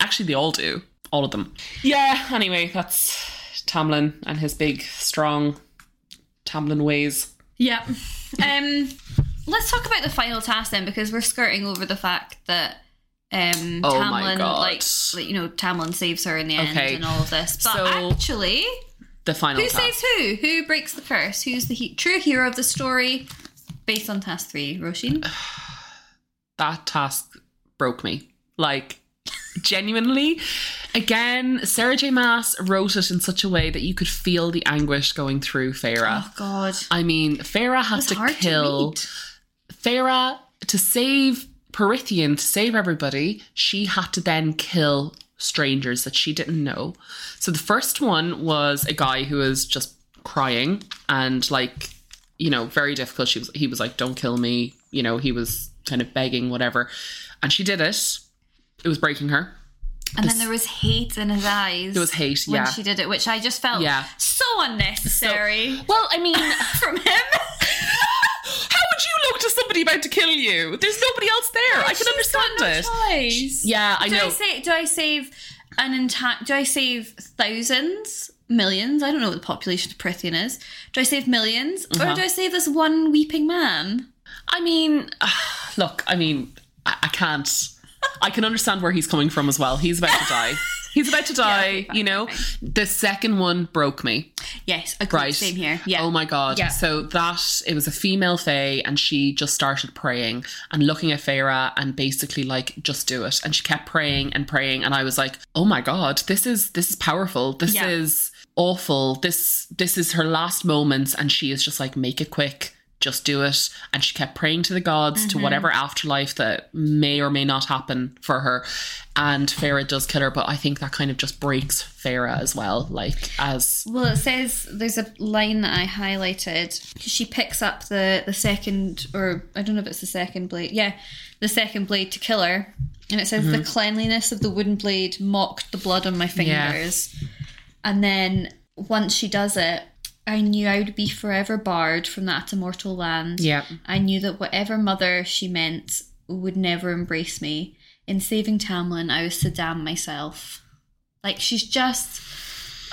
B: Actually, they all do. All of them. Yeah, anyway, that's Tamlin and his big, strong Tamlin ways.
A: Yeah. Um, let's talk about the final task then, because we're skirting over the fact that um,
B: Oh my
A: Tamlin,
B: God.
A: like, like, you know, Tamlin saves her in the end
B: Okay.
A: and all of this. But
B: So-
A: actually,
B: The final
A: who
B: task.
A: saves who? Who breaks the curse? Who's the he- true hero of the story? Based on task three, Roshin.
B: (sighs) that task broke me. Like, genuinely. Again, Sarah J. Mass wrote it in such a way that you could feel the anguish going through Farah.
A: Oh God,
B: I mean, Farah has
A: it's
B: to
A: hard
B: kill
A: to
B: Farah to save Perithian, to save everybody, she had to then kill strangers that she didn't know. So the first one was a guy who was just crying and like, you know, very difficult. She was he was like, Don't kill me. You know, he was kind of begging, whatever. And she did it. It was breaking her.
A: read. And then there was hate in his eyes.
B: There was hate,
A: when
B: yeah.
A: she did it, which I just felt
B: Yeah.
A: so unnecessary
B: well, I mean, (laughs)
A: (laughs)
B: how
A: from him.
B: would you look to somebody about to kill you? There's nobody else there. I can
A: She's got
B: understand it.
A: no (laughs) choice.
B: Yeah, I
A: do
B: know.
A: I say do I save an entire do I save thousands, millions? I don't know what the population of Prithian is. Do I save 1000000s or
B: Uh-huh.
A: do I save this one weeping man?
B: I mean, (sighs) look, I mean, I, I can't. I can understand where he's coming from as well. He's about to die. He's about to die,
A: okay, fine,
B: you know?
A: fine,
B: The second one broke me.
A: Yes, agreed.
B: Right.
A: Same here. Yeah.
B: Oh my god.
A: Yeah.
B: So that it was a female Fae and she just started praying and looking at Feyre and basically like just do it. And she kept praying and praying and I was like, "Oh my god, this is this is powerful. This
A: Yeah.
B: is awful. This this is her last moments and she is just like make it quick." Just do it. And she kept praying to the gods,
A: Mm-hmm.
B: to whatever afterlife that may or may not happen for her. And Farah does kill her, but I think that kind of just breaks Farah as well. Like, as
A: Well, it says there's a line that I highlighted. She picks up the the second, or I don't know if it's the second blade. Yeah, the second blade to kill her, and it says the cleanliness of the wooden blade mocked the blood on my
B: Yeah.
A: fingers. And then once she does it, I knew I would be forever barred from that immortal land.
B: yeah.
A: I knew that whatever mother she meant would never embrace me. In saving Tamlin, I was to damn myself. Like she's just,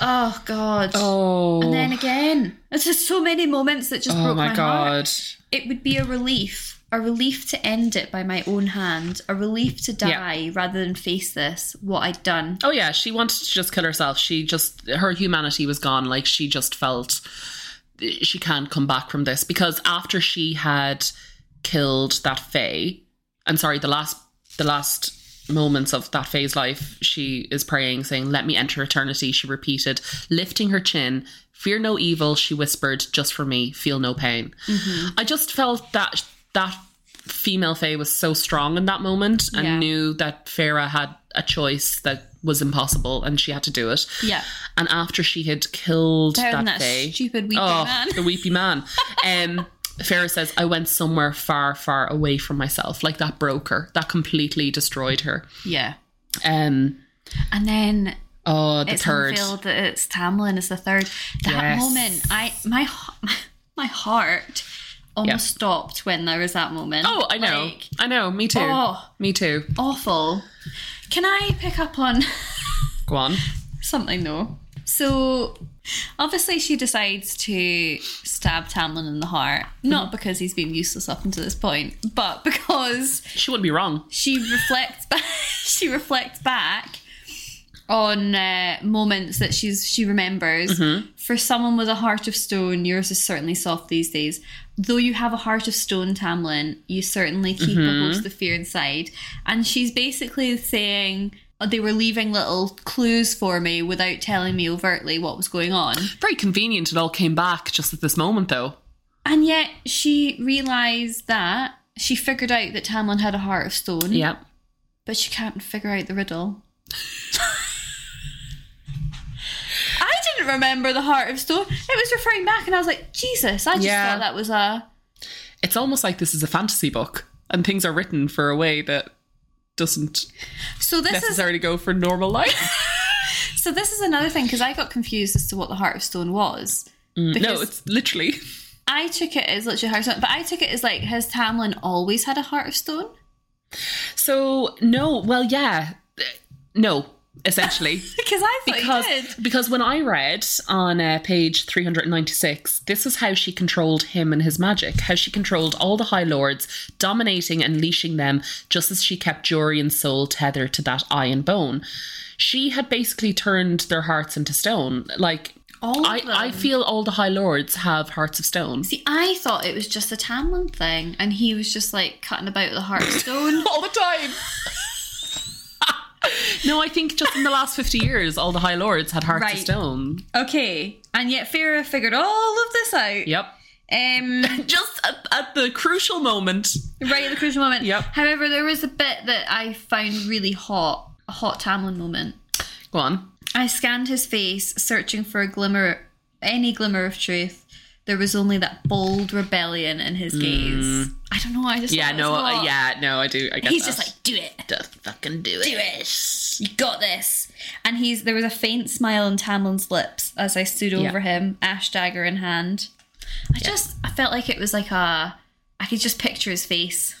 A: oh god.
B: Oh.
A: And then again, it's just so many moments that just
B: Oh
A: broke my,
B: my
A: heart.
B: god.
A: It would be a relief, a relief to end it by my own hand, a relief to die rather than face this, what I'd done.
B: Oh yeah, she wanted to just kill herself. She just her humanity was gone. Like she just felt she can't come back from this because after she had killed that Fae, and sorry, the last the last moments of that Fae's life, she is praying, saying, "Let me enter eternity." She repeated, lifting her chin. Fear no evil, she whispered, just for me, feel no pain.
A: Mm-hmm.
B: I just felt that that female Fae was so strong in that moment and
A: Yeah.
B: knew that Farah had a choice that was impossible and she had to do it.
A: Yeah.
B: And after she had killed
A: Better
B: that,
A: than that
B: Fae,
A: stupid weeping
B: oh,
A: man.
B: the weepy man. Um, Farah says, I went somewhere far, far away from myself. Like that broke her. That completely destroyed her.
A: Yeah.
B: Um,
A: And then
B: oh, the
A: it's
B: third.
A: unveiled that it's Tamlin is the third. That (laughs)
B: Yes.
A: moment, I my h- my heart almost stopped when there was that moment.
B: Oh, I know.
A: Like,
B: I know. Me too.
A: Oh.
B: Me too.
A: awful. Can I pick up on (laughs)
B: Go on.
A: something though? So obviously she decides to stab Tamlin in the heart,
B: Mm-hmm.
A: not because he's been useless up until this point, but because
B: She wouldn't be wrong.
A: she reflects back (laughs) she reflects back on uh, moments that she's she remembers for someone with a heart of stone yours is certainly soft these days though you have a heart of stone tamlin you certainly keep a host of fear inside and she's basically saying oh, they were leaving little clues for me without telling me overtly what was going on
B: Very convenient it all came back just at this moment, though.
A: and yet she realized that she figured out that tamlin had a heart of stone
B: Yeah.
A: but she can't figure out the (laughs) riddle. I didn't remember the heart of stone. It was referring back, and I was like, Jesus! I just
B: Yeah.
A: thought that was a.
B: It's almost like this is a fantasy book and things are written for a way that doesn't
A: So this is
B: necessarily go for normal life.
A: so this is another thing because I got confused as to what the heart of stone was.
B: no,
A: (laughs) Because
B: it's literally.
A: I took it as literally heart of stone, but I took it as like has Tamlin always had a heart of stone? (laughs)
B: So, no, well, yeah. No,
A: (laughs)
B: essentially.
A: Because I thought
B: because
A: he Oh, did.
B: because when I read on uh, page 396, this is how she controlled him and his magic. How she controlled all the High Lords, dominating and leashing them, just as she kept Jorian's soul tethered to that eye and bone. She had basically turned their hearts into stone. Like
A: All of
B: I,
A: them.
B: I feel all the High Lords have hearts of stone.
A: See, I thought it was just a Tamlin thing, and he was just like cutting about the heart of stone.
B: (laughs) all the time. no, I think just in the last 50 years, all the High Lords had hearts
A: Right.
B: of stone.
A: (laughs) okay, and yet Farah figured all of this out.
B: Yep.
A: Um.
B: Just at, at the crucial moment.
A: right at the crucial moment.
B: Yep.
A: However, there was a bit that I found really hot, a hot Tamlin moment.
B: Go on.
A: I scanned his face, searching for a glimmer, any glimmer of truth. There was only that bold rebellion in his gaze. I don't know. I just
B: Mm. Yeah,
A: thought it was
B: no, uh,
A: hot.
B: yeah, no, I do. I guess
A: He's just like, do it,
B: just fucking do it.
A: do it. You got this. And he's there was a faint smile on Tamlin's lips as I stood over him, ash dagger in hand. I just I felt like it was like a I could just picture his face.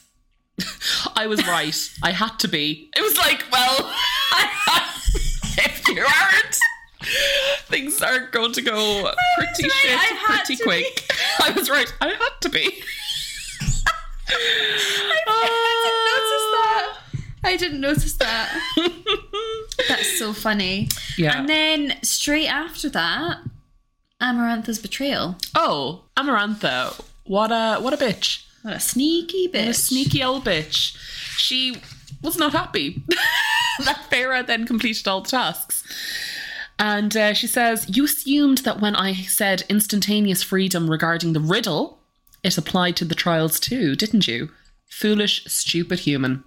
B: (laughs) I was right. I had to be. It was like, well, (laughs) if you aren't, things are going to go pretty
A: right,
B: shit,
A: I had
B: pretty
A: to
B: quick. I was right. I had
A: (laughs)
B: to be.
A: I didn't notice that. I didn't notice that. (laughs) That's so funny.
B: Yeah.
A: And then straight after that, Amarantha's betrayal.
B: oh, Amarantha. What a what a bitch.
A: What a sneaky bitch.
B: A sneaky old bitch. She was not happy (laughs) that Farah then completed all the tasks. And uh, she says, You assumed that when I said instantaneous freedom regarding the riddle, it applied to the trials too, didn't you? Foolish, stupid human.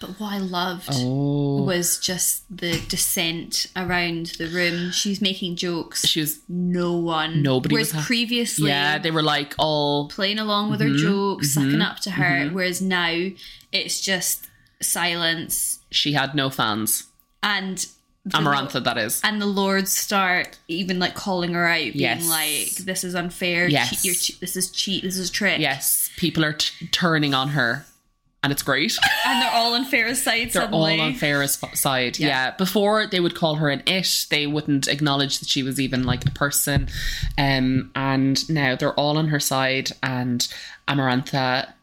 A: But what I loved
B: Oh.
A: was just the descent around the room. She's making jokes.
B: She was,
A: No one.
B: Nobody
A: Whereas
B: was ha-
A: previously,
B: yeah, they Mm-hmm, were like "Oh, all,
A: playing along with her jokes, sucking up to her.
B: mm-hmm.
A: Whereas now, it's just silence
B: she had no fans.
A: and. the-
B: Amarantha, that is.
A: and the lords start even like calling her out, being
B: Yes.
A: like, "This is unfair.
B: Yes.
A: Cheat, you're che- this is cheat. This is trick."
B: Yes, people are t- turning on her, and it's great.
A: and they're all on Farah's side
B: They're
A: suddenly.
B: all on Farah's f- side. Yeah.
A: Yeah.
B: Before they would call her an it, they wouldn't acknowledge that she was even like a person. Um, and now they're all on her side, and Amarantha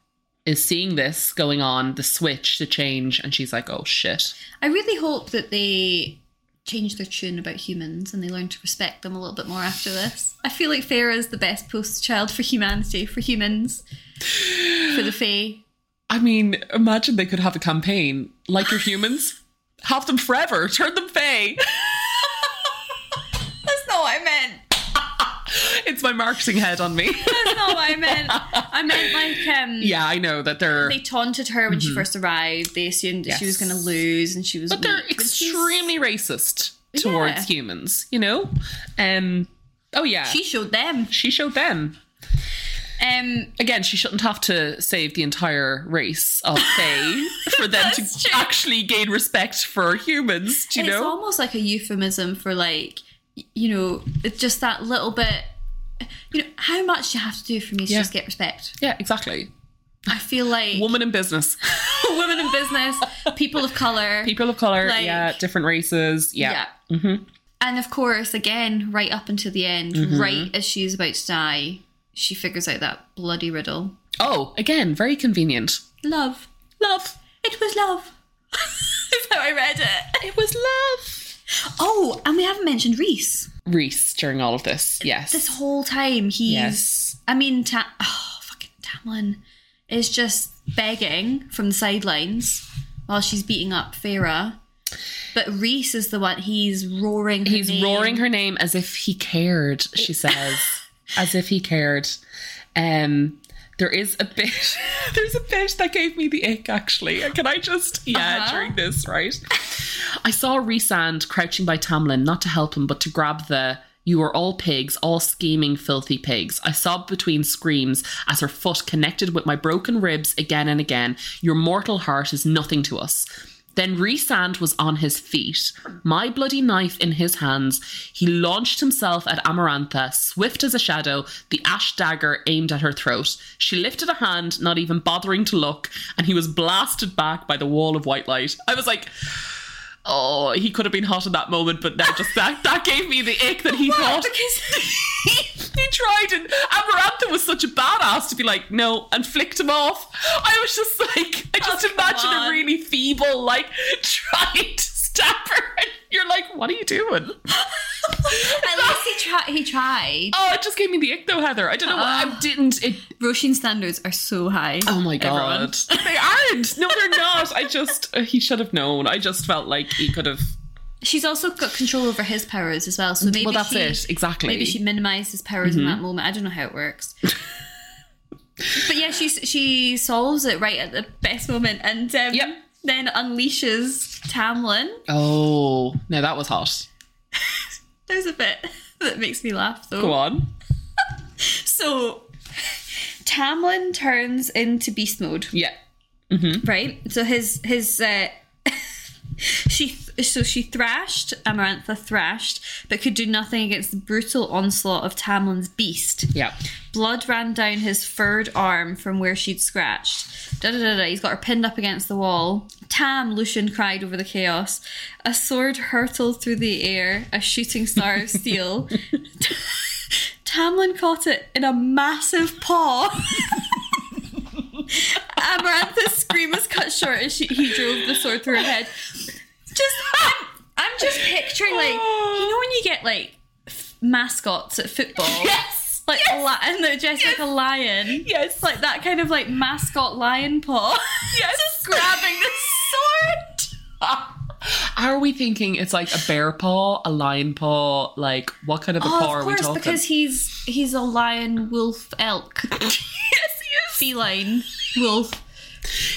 B: is seeing this going on, the switch, the change, and she's like, oh shit.
A: I really hope that they change their tune about humans and they learn to respect them a little bit more after this. I feel like Farah is the best poster child for humanity, for humans, for the Fae.
B: I mean, imagine they could have a campaign like your humans. Have them forever. Turn them fey.
A: (laughs) That's not what I meant.
B: It's my marketing head on me.
A: That's not what I meant. I meant like um.
B: (laughs) yeah, I know that they're
A: They taunted her when she first arrived. They assumed that she was
B: Mm-hmm. Yes.
A: going to lose, and she was.
B: but they're
A: weak, but she's-
B: extremely racist towards
A: Yeah.
B: humans you know um oh yeah
A: She
B: she,
A: showed them.
B: showed them
A: Um,
B: again she shouldn't have to save the entire race
A: (laughs)
B: of fae for them to
A: That's true.
B: actually gain respect for humans do you
A: it's
B: know
A: almost like a euphemism for like, y- you know, it's just that little bit. you know, how much do you have to do for me to
B: Yeah.
A: just get respect?
B: Yeah, exactly.
A: I feel like
B: Woman in business,
A: (laughs) women in business, people of color,
B: people of color,
A: Like-
B: yeah, different races, yeah. Mm-hmm.
A: And of course, again, right up until the end, right as she is about to die, she figures out that bloody riddle.
B: Oh, again, very convenient.
A: Love.
B: Love.
A: It was love. (laughs) That's how I read it.
B: It was love.
A: Oh, and we haven't mentioned Reese.
B: Reese during all of this. Yes.
A: This whole time, he's.
B: yes.
A: I mean, Ta- oh, fucking Tamlin is just begging from the sidelines while she's beating up Farah. But Reese is the one, he's roaring. her
B: He's
A: name.
B: roaring her name as if he cared, she says. as if he cared. Um there is a bit (laughs) there's a bit that gave me the ick actually. Can I just yeah,
A: Uh-huh.
B: during this, right? I saw Resand crouching by Tamlin, not to help him, but to grab the you are all pigs, all scheming, filthy pigs. I sobbed between screams as her foot connected with my broken ribs again and again. Your mortal heart is nothing to us. Then Resand was on his feet, my bloody knife in his hands. He launched himself at Amarantha, swift as a shadow, the ash dagger aimed at her throat. She lifted a hand, not even bothering to look, and he was blasted back by the wall of white light. I was like, Oh, he could have been hot in that moment, but now just that that gave me the ick that he
A: Well,
B: thought
A: because (laughs)
B: he tried and Amarantha was such a badass to be like, no, and flicked him off. I was just like I just
A: Oh, come
B: imagine
A: on.
B: a really feeble, like trying to stab her and you're like, what are you doing?
A: at least he, tri- he tried.
B: Oh, it just gave me the ick though, Heather. I don't know why I didn't it
A: Roshin standards are so high.
B: Oh my
A: everyone.
B: god. they aren't. No, they're not. I just uh, he should have known. I just felt like he could have
A: (laughs) She's also got control over his powers as well. So maybe
B: Well that's
A: she,
B: it, exactly.
A: Maybe she minimized his powers in
B: Mm-hmm.
A: that moment. I don't know how it
B: (laughs)
A: works. but yeah, she she solves it right at the best moment, and um,
B: Yep.
A: then unleashes Tamlin.
B: Oh, no, that was hot.
A: There's a bit (laughs) that makes me laugh though.
B: Go on.
A: So Tamlin turns into beast mode.
B: Yeah. Hmm?
A: Right. So his his uh, (laughs) she th- so she thrashed Amarantha thrashed, but could do nothing against the brutal onslaught of Tamlin's beast.
B: Yeah.
A: Blood ran down his furred arm from where she'd scratched. Da da da da. He's got her pinned up against the wall. Tam, Lucian cried over the chaos. A sword hurtled through the air, a shooting star of steel. (laughs) Tamlin caught it in a massive paw. (laughs) Amarantha's scream was cut short as she, he drove the sword through her head. Just, I'm, I'm just picturing like you know when you get like f- mascots at football.
B: (laughs) Yes.
A: Like a li- and they're dressed like a lion.
B: Yes.
A: Like that kind of like mascot lion paw. (laughs)
B: Yes.
A: Just grabbing the sword.
B: Are we thinking it's like a bear paw, a lion paw? Like, what kind of a paw
A: Oh, of
B: are we
A: course,
B: talking?
A: because he's he's a lion, wolf, (laughs) elk,
B: yes, he
A: feline, wolf.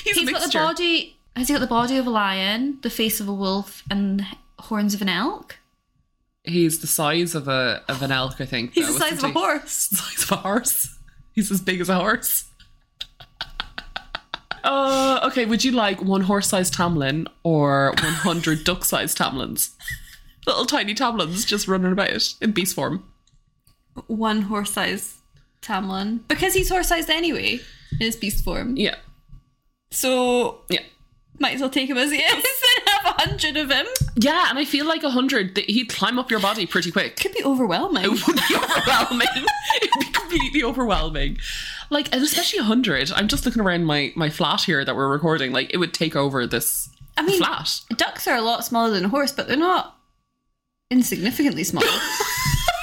B: He's,
A: (laughs)
B: a
A: He's got the
B: mixture.
A: body. Has he got the body of a lion, the face of a wolf, and horns of an elk?
B: He's the size of a of an elk, I think.
A: He's
B: though,
A: the size
B: isn't
A: of a
B: he?
A: horse.
B: The (laughs) size of a horse. He's as big as a horse. (laughs) Uh, okay, would you like one horse-sized tamlin or 100 duck-sized tamlins? (laughs) Little tiny tamlins just running about in beast form.
A: One horse size Tamlin, because he's horse sized anyway in his beast form.
B: Yeah,
A: So
B: yeah.
A: might as well take him as he is (laughs) and have a hundred of him.
B: Yeah, and I feel like 100, th- he'd climb up your body pretty quick.
A: Could be overwhelming.
B: would be overwhelming. (laughs) It'd be completely overwhelming. Like, and especially 100. I'm just looking around my, my flat here that we're recording. Like, it would take over this
A: I mean,
B: flat.
A: ducks are a lot smaller than a horse, but they're not insignificantly small.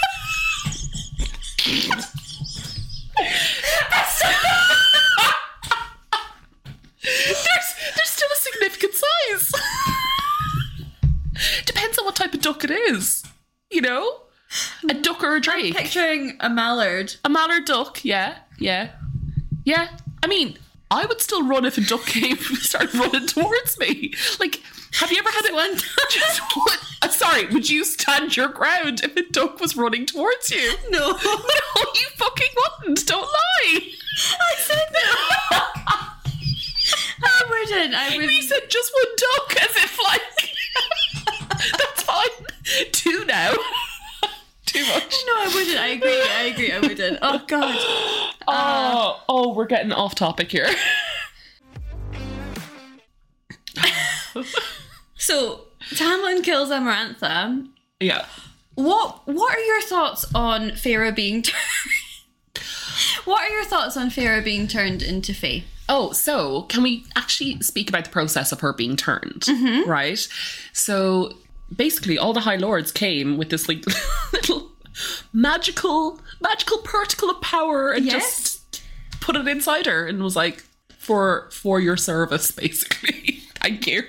B: (laughs) There's, there's still a significant size. (laughs) Depends on what type of duck it is. You know? A duck or a
A: (laughs)
B: drake.
A: Picturing a mallard.
B: A mallard duck, yeah, yeah. Yeah. I mean, I would still run if a duck came (laughs) started running towards me. Like, have you ever had it?
A: One
B: (laughs) Just what? I'm sorry, would you stand your ground if a duck was running towards you?
A: (laughs) no.
B: (laughs) No, you fucking wouldn't. Don't lie.
A: I said no. (laughs) I wouldn't. I
B: He
A: wouldn't.
B: said just one duck, as if (laughs) like that's fine. Two now. (laughs) Too much.
A: No, I wouldn't. I agree. I agree. I (laughs) wouldn't. Oh god.
B: (gasps) Oh, oh, we're getting off topic here.
A: So Tamlin kills Amarantha.
B: yeah.
A: What What are your thoughts on Farah being? Turned? (laughs) what are your thoughts on Farah being turned into Fae?
B: Oh, so can we actually speak about the process of her being turned? Right? So basically, all the High Lords came with this like (laughs) little magical, magical particle of power and
A: Yes.
B: just put it inside her and was like, for for your service, (laughs) basically. Thank you.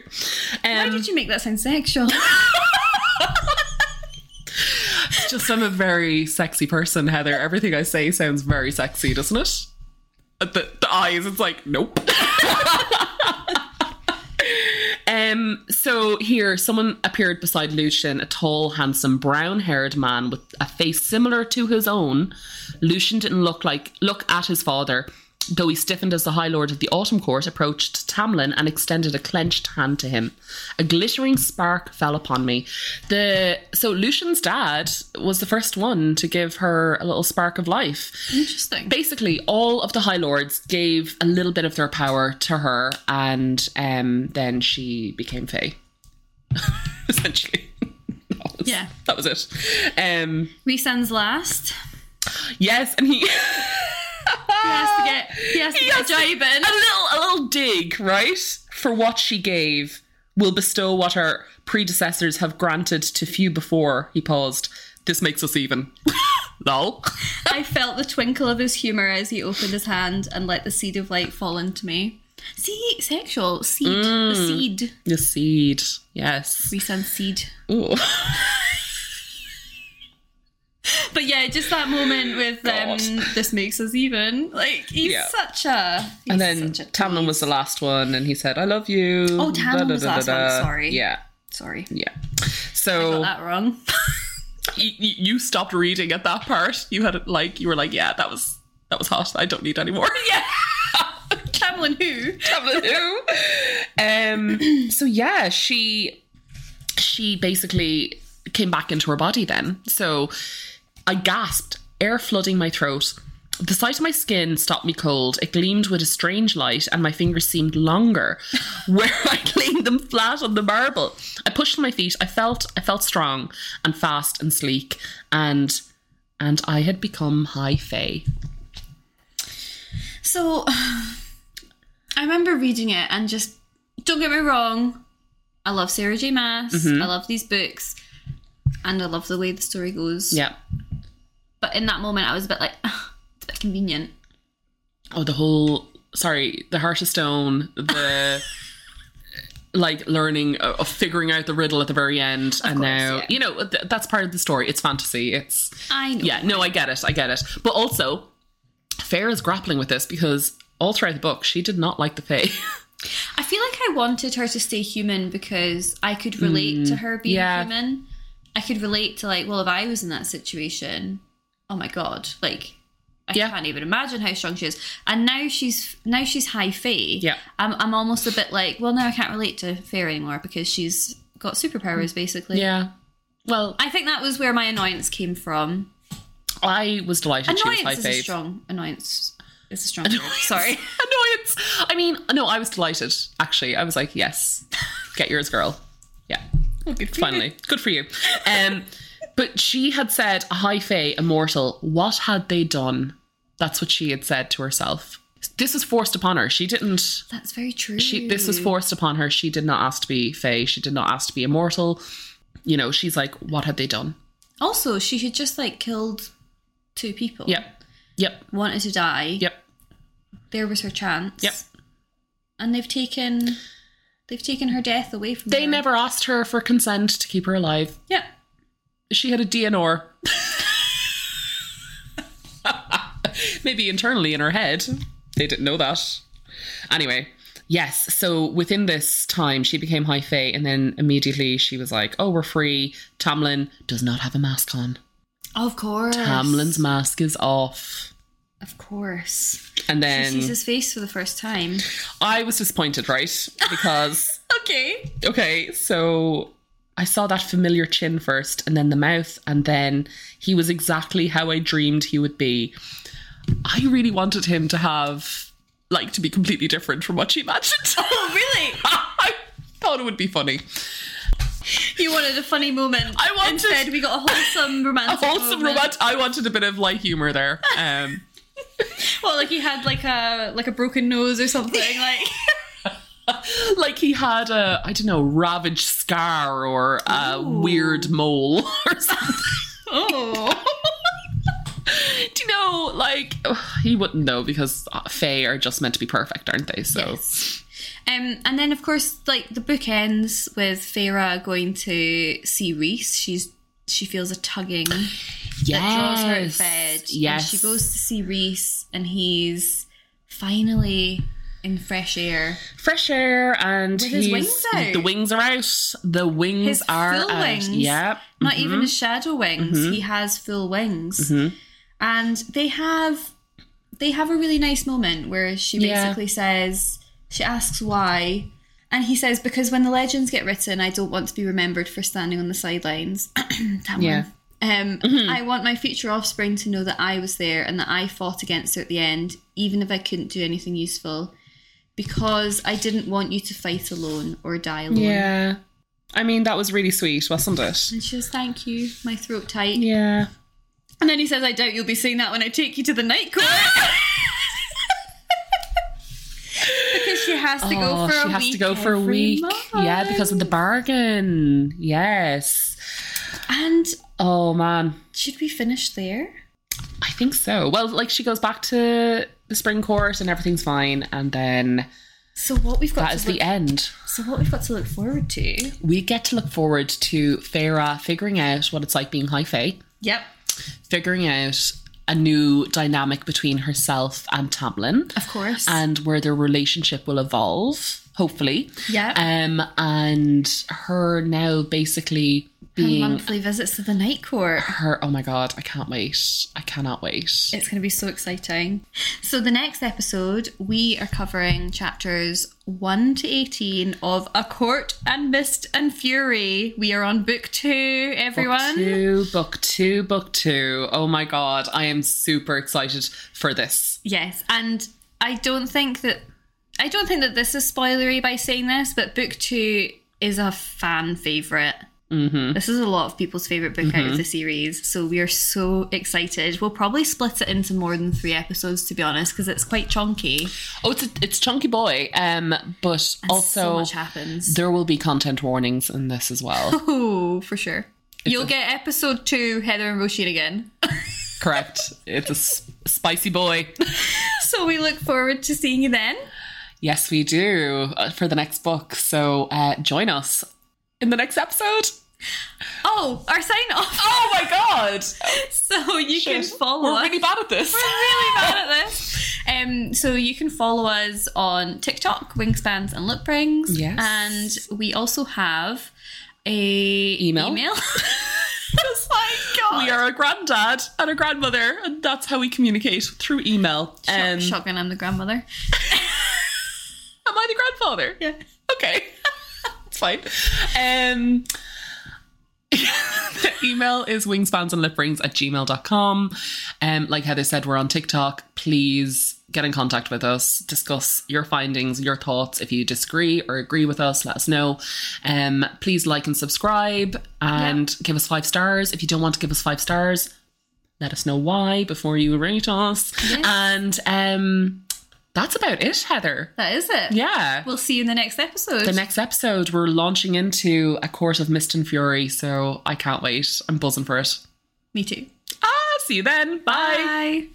A: Why
B: Um,
A: did you make that sound sexual?
B: just I'm a very sexy person, Heather. Everything I say sounds very sexy, doesn't it? At The, the eyes, it's like, nope. (laughs) um, so here, someone appeared beside Lucian, a tall, handsome, brown-haired man with a face similar to his own. Lucian didn't look like look at his father, though he stiffened as the High Lord of the Autumn Court approached Tamlin and extended a clenched hand to him. A glittering spark fell upon me. The so Lucian's dad was the first one to give her a little spark of life
A: (laughs) Interesting.
B: basically all of the high lords gave a little bit of their power to her and um, then she became fae (laughs) essentially That was-
A: Yeah.
B: that was it um
A: We sends last.
B: yes and he
A: He has to get. He has to
B: Yes.
A: get a jibe in.
B: (laughs) a little a little dig right for what she gave will bestow what our predecessors have granted to few before he paused this makes us even (laughs)
A: (laughs)
B: lol
A: I felt the twinkle of his humour as he opened his hand and let the seed of light fall into me. See, sexual seed, the seed.
B: the seed yes
A: We send seed.
B: Ooh.
A: But yeah, just that moment with um,
B: God.
A: this makes us even. Like he's
B: Yeah.
A: such a. He's
B: And then
A: such a
B: Tamlin was the last one, and he said, "I love you."
A: Oh, Tamlin was the last one,
B: da-da-da-da-da.
A: sorry.
B: Yeah,
A: Sorry,
B: yeah.
A: got
B: So
A: that wrong. (laughs)
B: you, you stopped reading at that part. You had like you were like, "Yeah, that was that was hot. I don't need any more."
A: (laughs) yeah, Tamlin who?
B: um. So yeah, she she basically came back into her body then. So I gasped, air flooding my throat. The sight of my skin stopped me cold. It gleamed with a strange light, and my fingers seemed longer, where I laid them flat on the marble. I pushed my feet. I felt, I felt strong and fast and sleek, and and I had become high fae.
A: So (sighs) I remember reading it and just don't get me wrong, I love Sarah J. Maas. I love these books, and I love the way the story goes.
B: Yeah.
A: But in that moment, I was a bit like, (sighs) "Ugh, it's a bit convenient.
B: Oh, the whole sorry, the Heart of Stone,
A: (laughs)
B: the like learning uh, of figuring out the riddle at the very end, and
A: course,
B: now
A: yeah.
B: you know th- that's part of the story. It's fantasy. It's
A: I know.
B: yeah, no, I get it, I get it. But also, Fair is grappling with this because all throughout the book, she did not like the Fae. (laughs)
A: I feel like I wanted her to stay human because I could relate to her being
B: yeah.
A: human. I could relate to like, well, if I was in that situation, oh my god, like. I
B: Yeah.
A: can't even imagine how strong she is, and now she's now she's high fae.
B: Yeah.
A: I'm, I'm almost a bit like, well, now I can't relate to fae anymore because she's got superpowers basically.
B: yeah. Well,
A: I think that was where my annoyance came from.
B: I was delighted she was
A: Annoyance
B: high
A: is a
B: fae.
A: strong annoyance. Is a strong
B: (laughs)
A: word. Sorry.
B: Annoyance. I mean, no, I was delighted. Actually, I was
A: (laughs)
B: like, yes, get yours, girl. Yeah. Finally, good for you. Um, but she had said, "A high fae, immortal. What had they done?" That's what she had said to herself. This was forced upon her. She didn't.
A: That's very true.
B: She, this was forced upon her. She did not ask to be fae. She did not ask to be immortal. You know, she's like, "What had they done?"
A: Also, she had just like killed two people.
B: Yep, yep,
A: Wanted to die.
B: yep.
A: There was her chance.
B: Yep.
A: And they've taken they've taken her death away from
B: They
A: her.
B: never asked her for consent to keep her alive.
A: Yep.
B: she had a DNR. Maybe internally in her head, they didn't know that. Anyway, yes. So within this time, she became high fae, and then immediately she was like, "Oh, we're free." Tamlin does not have a mask on.
A: Of course.
B: Tamlin's mask is off,
A: Of course.
B: and
A: She sees
B: then
A: his face for the first time.
B: I was disappointed, right? Because
A: Okay.
B: okay, so I saw that familiar chin first and then the mouth, and then he was exactly how I dreamed he would be. I really wanted him to have, like, to be completely different from what she imagined.
A: (laughs)
B: (laughs)
A: Oh, really?
B: I thought it would be funny.
A: You wanted a funny moment.
B: I wanted-
A: Instead, we got a wholesome
B: (laughs) A
A: romantic.
B: wholesome
A: moment.
B: romance. I wanted a bit of, like, humour there.
A: (laughs)
B: Um,
A: Well, like he had like a like a broken nose or
B: (laughs)
A: something. Like
B: like he had a, I don't know, ravaged scar or a
A: Ooh.
B: weird mole (laughs) or something.
A: oh, (laughs)
B: Do you know, like, he wouldn't know because uh, Fae are just meant to be perfect, aren't they? So.
A: yes. Um, and then of course, like the book ends with Farah going to see Reese. She's she feels a tugging that draws her out of bed. and
B: Yes.
A: she goes to see Reese, and he's finally in fresh air.
B: fresh air and
A: With his
B: he's-
A: wings out.
B: The wings are out. The wings
A: His
B: are
A: full
B: out.
A: wings.
B: Yep.
A: Not
B: Mm-hmm.
A: even his shadow wings. He has full wings, and they have they have a really nice moment where she
B: Yeah.
A: basically says she asks why, and he says because when the legends get written, I don't want to be remembered for standing on the sidelines. (clears throat) that
B: Yeah. Mm-hmm.
A: one. Um, I want my future offspring to know that I was there and that I fought against her at the end, even if I couldn't do anything useful, because I didn't want you to fight alone or die alone.
B: Yeah. I mean, that was really sweet, wasn't it?
A: And she says, "Thank you, my throat tight."
B: Yeah.
A: And then he says, I doubt you'll be seeing that when I take you to the night court. (laughs) because she has to go
B: oh,
A: for
B: she
A: a
B: has
A: week.
B: to go for a
A: every
B: week. Yeah,
A: month.
B: because of the bargain. Yes.
A: And
B: Oh man,
A: should we finish there?
B: I think so. Well, like she goes back to the spring court and everything's fine, and then
A: So what we've got
B: that
A: to
B: is
A: look,
B: the end.
A: So what we've got to look forward to.
B: We get to look forward to Farah figuring out what it's like being high fae.
A: Yep.
B: figuring out a new dynamic between herself and Tamlin
A: Of course.
B: and where their relationship will evolve, hopefully.
A: Yeah.
B: Um, and her now basically
A: Her
B: being
A: monthly visits to the night court.
B: her, oh my god, I can't wait. I cannot wait.
A: It's going to be so exciting. So, the next episode, we are covering chapters 1 to 18 of A Court and Mist and Fury. We are on book two, everyone.
B: Book two, book two, book two. Oh my god, I am super excited for this.
A: Yes, and I don't think that I don't think that this is spoilery by saying this, but book two is a fan favorite. Mm-hmm. This is a lot of people's favorite book
B: Mm-hmm.
A: out of the series, so we are so excited. We'll probably split it into more than three episodes, to be honest, because it's quite chunky.
B: Oh, it's a, it's chunky boy. Um, but
A: so
B: also
A: much happens.
B: there will be content warnings in this as well.
A: (laughs) Oh, for sure. You'll get episode two, Heather and Roisin again. (laughs)
B: Correct. It's a s- spicy boy.
A: so we look forward to seeing you then.
B: Yes, we do uh, for the next book. So uh, join us in the next episode.
A: Oh, our sign off.
B: Oh my god!
A: (laughs) So you can follow
B: We're
A: us.
B: really bad at this.
A: We're really bad at this. Um, so you can follow us on TikTok, Wingspans and Lip Rings.
B: Yes.
A: And we also have a
B: Email.
A: email. (laughs) Because my God.
B: (laughs) We are a granddad and a grandmother, and that's how we communicate through email. Um,
A: Shot- Shotgun, I'm the grandmother.
B: Am I the grandfather?
A: Yeah.
B: Okay, (laughs) it's fine. Um, (laughs) the email is wingspans and lip rings at gmail.com. Um, like Heather said, we're on TikTok. Please get in contact with us, discuss your findings, your thoughts. If you disagree or agree with us, let us know. Um, please like and subscribe and give us five stars. If you don't want to give us five stars, let us know why before you rate us. And um, that's about it, Heather.
A: That is it.
B: Yeah
A: We'll see you in the next episode.
B: the next episode we're launching into a course of mist and fury so i can't wait i'm buzzing for it
A: Me too.
B: ah see you then bye.
A: Bye.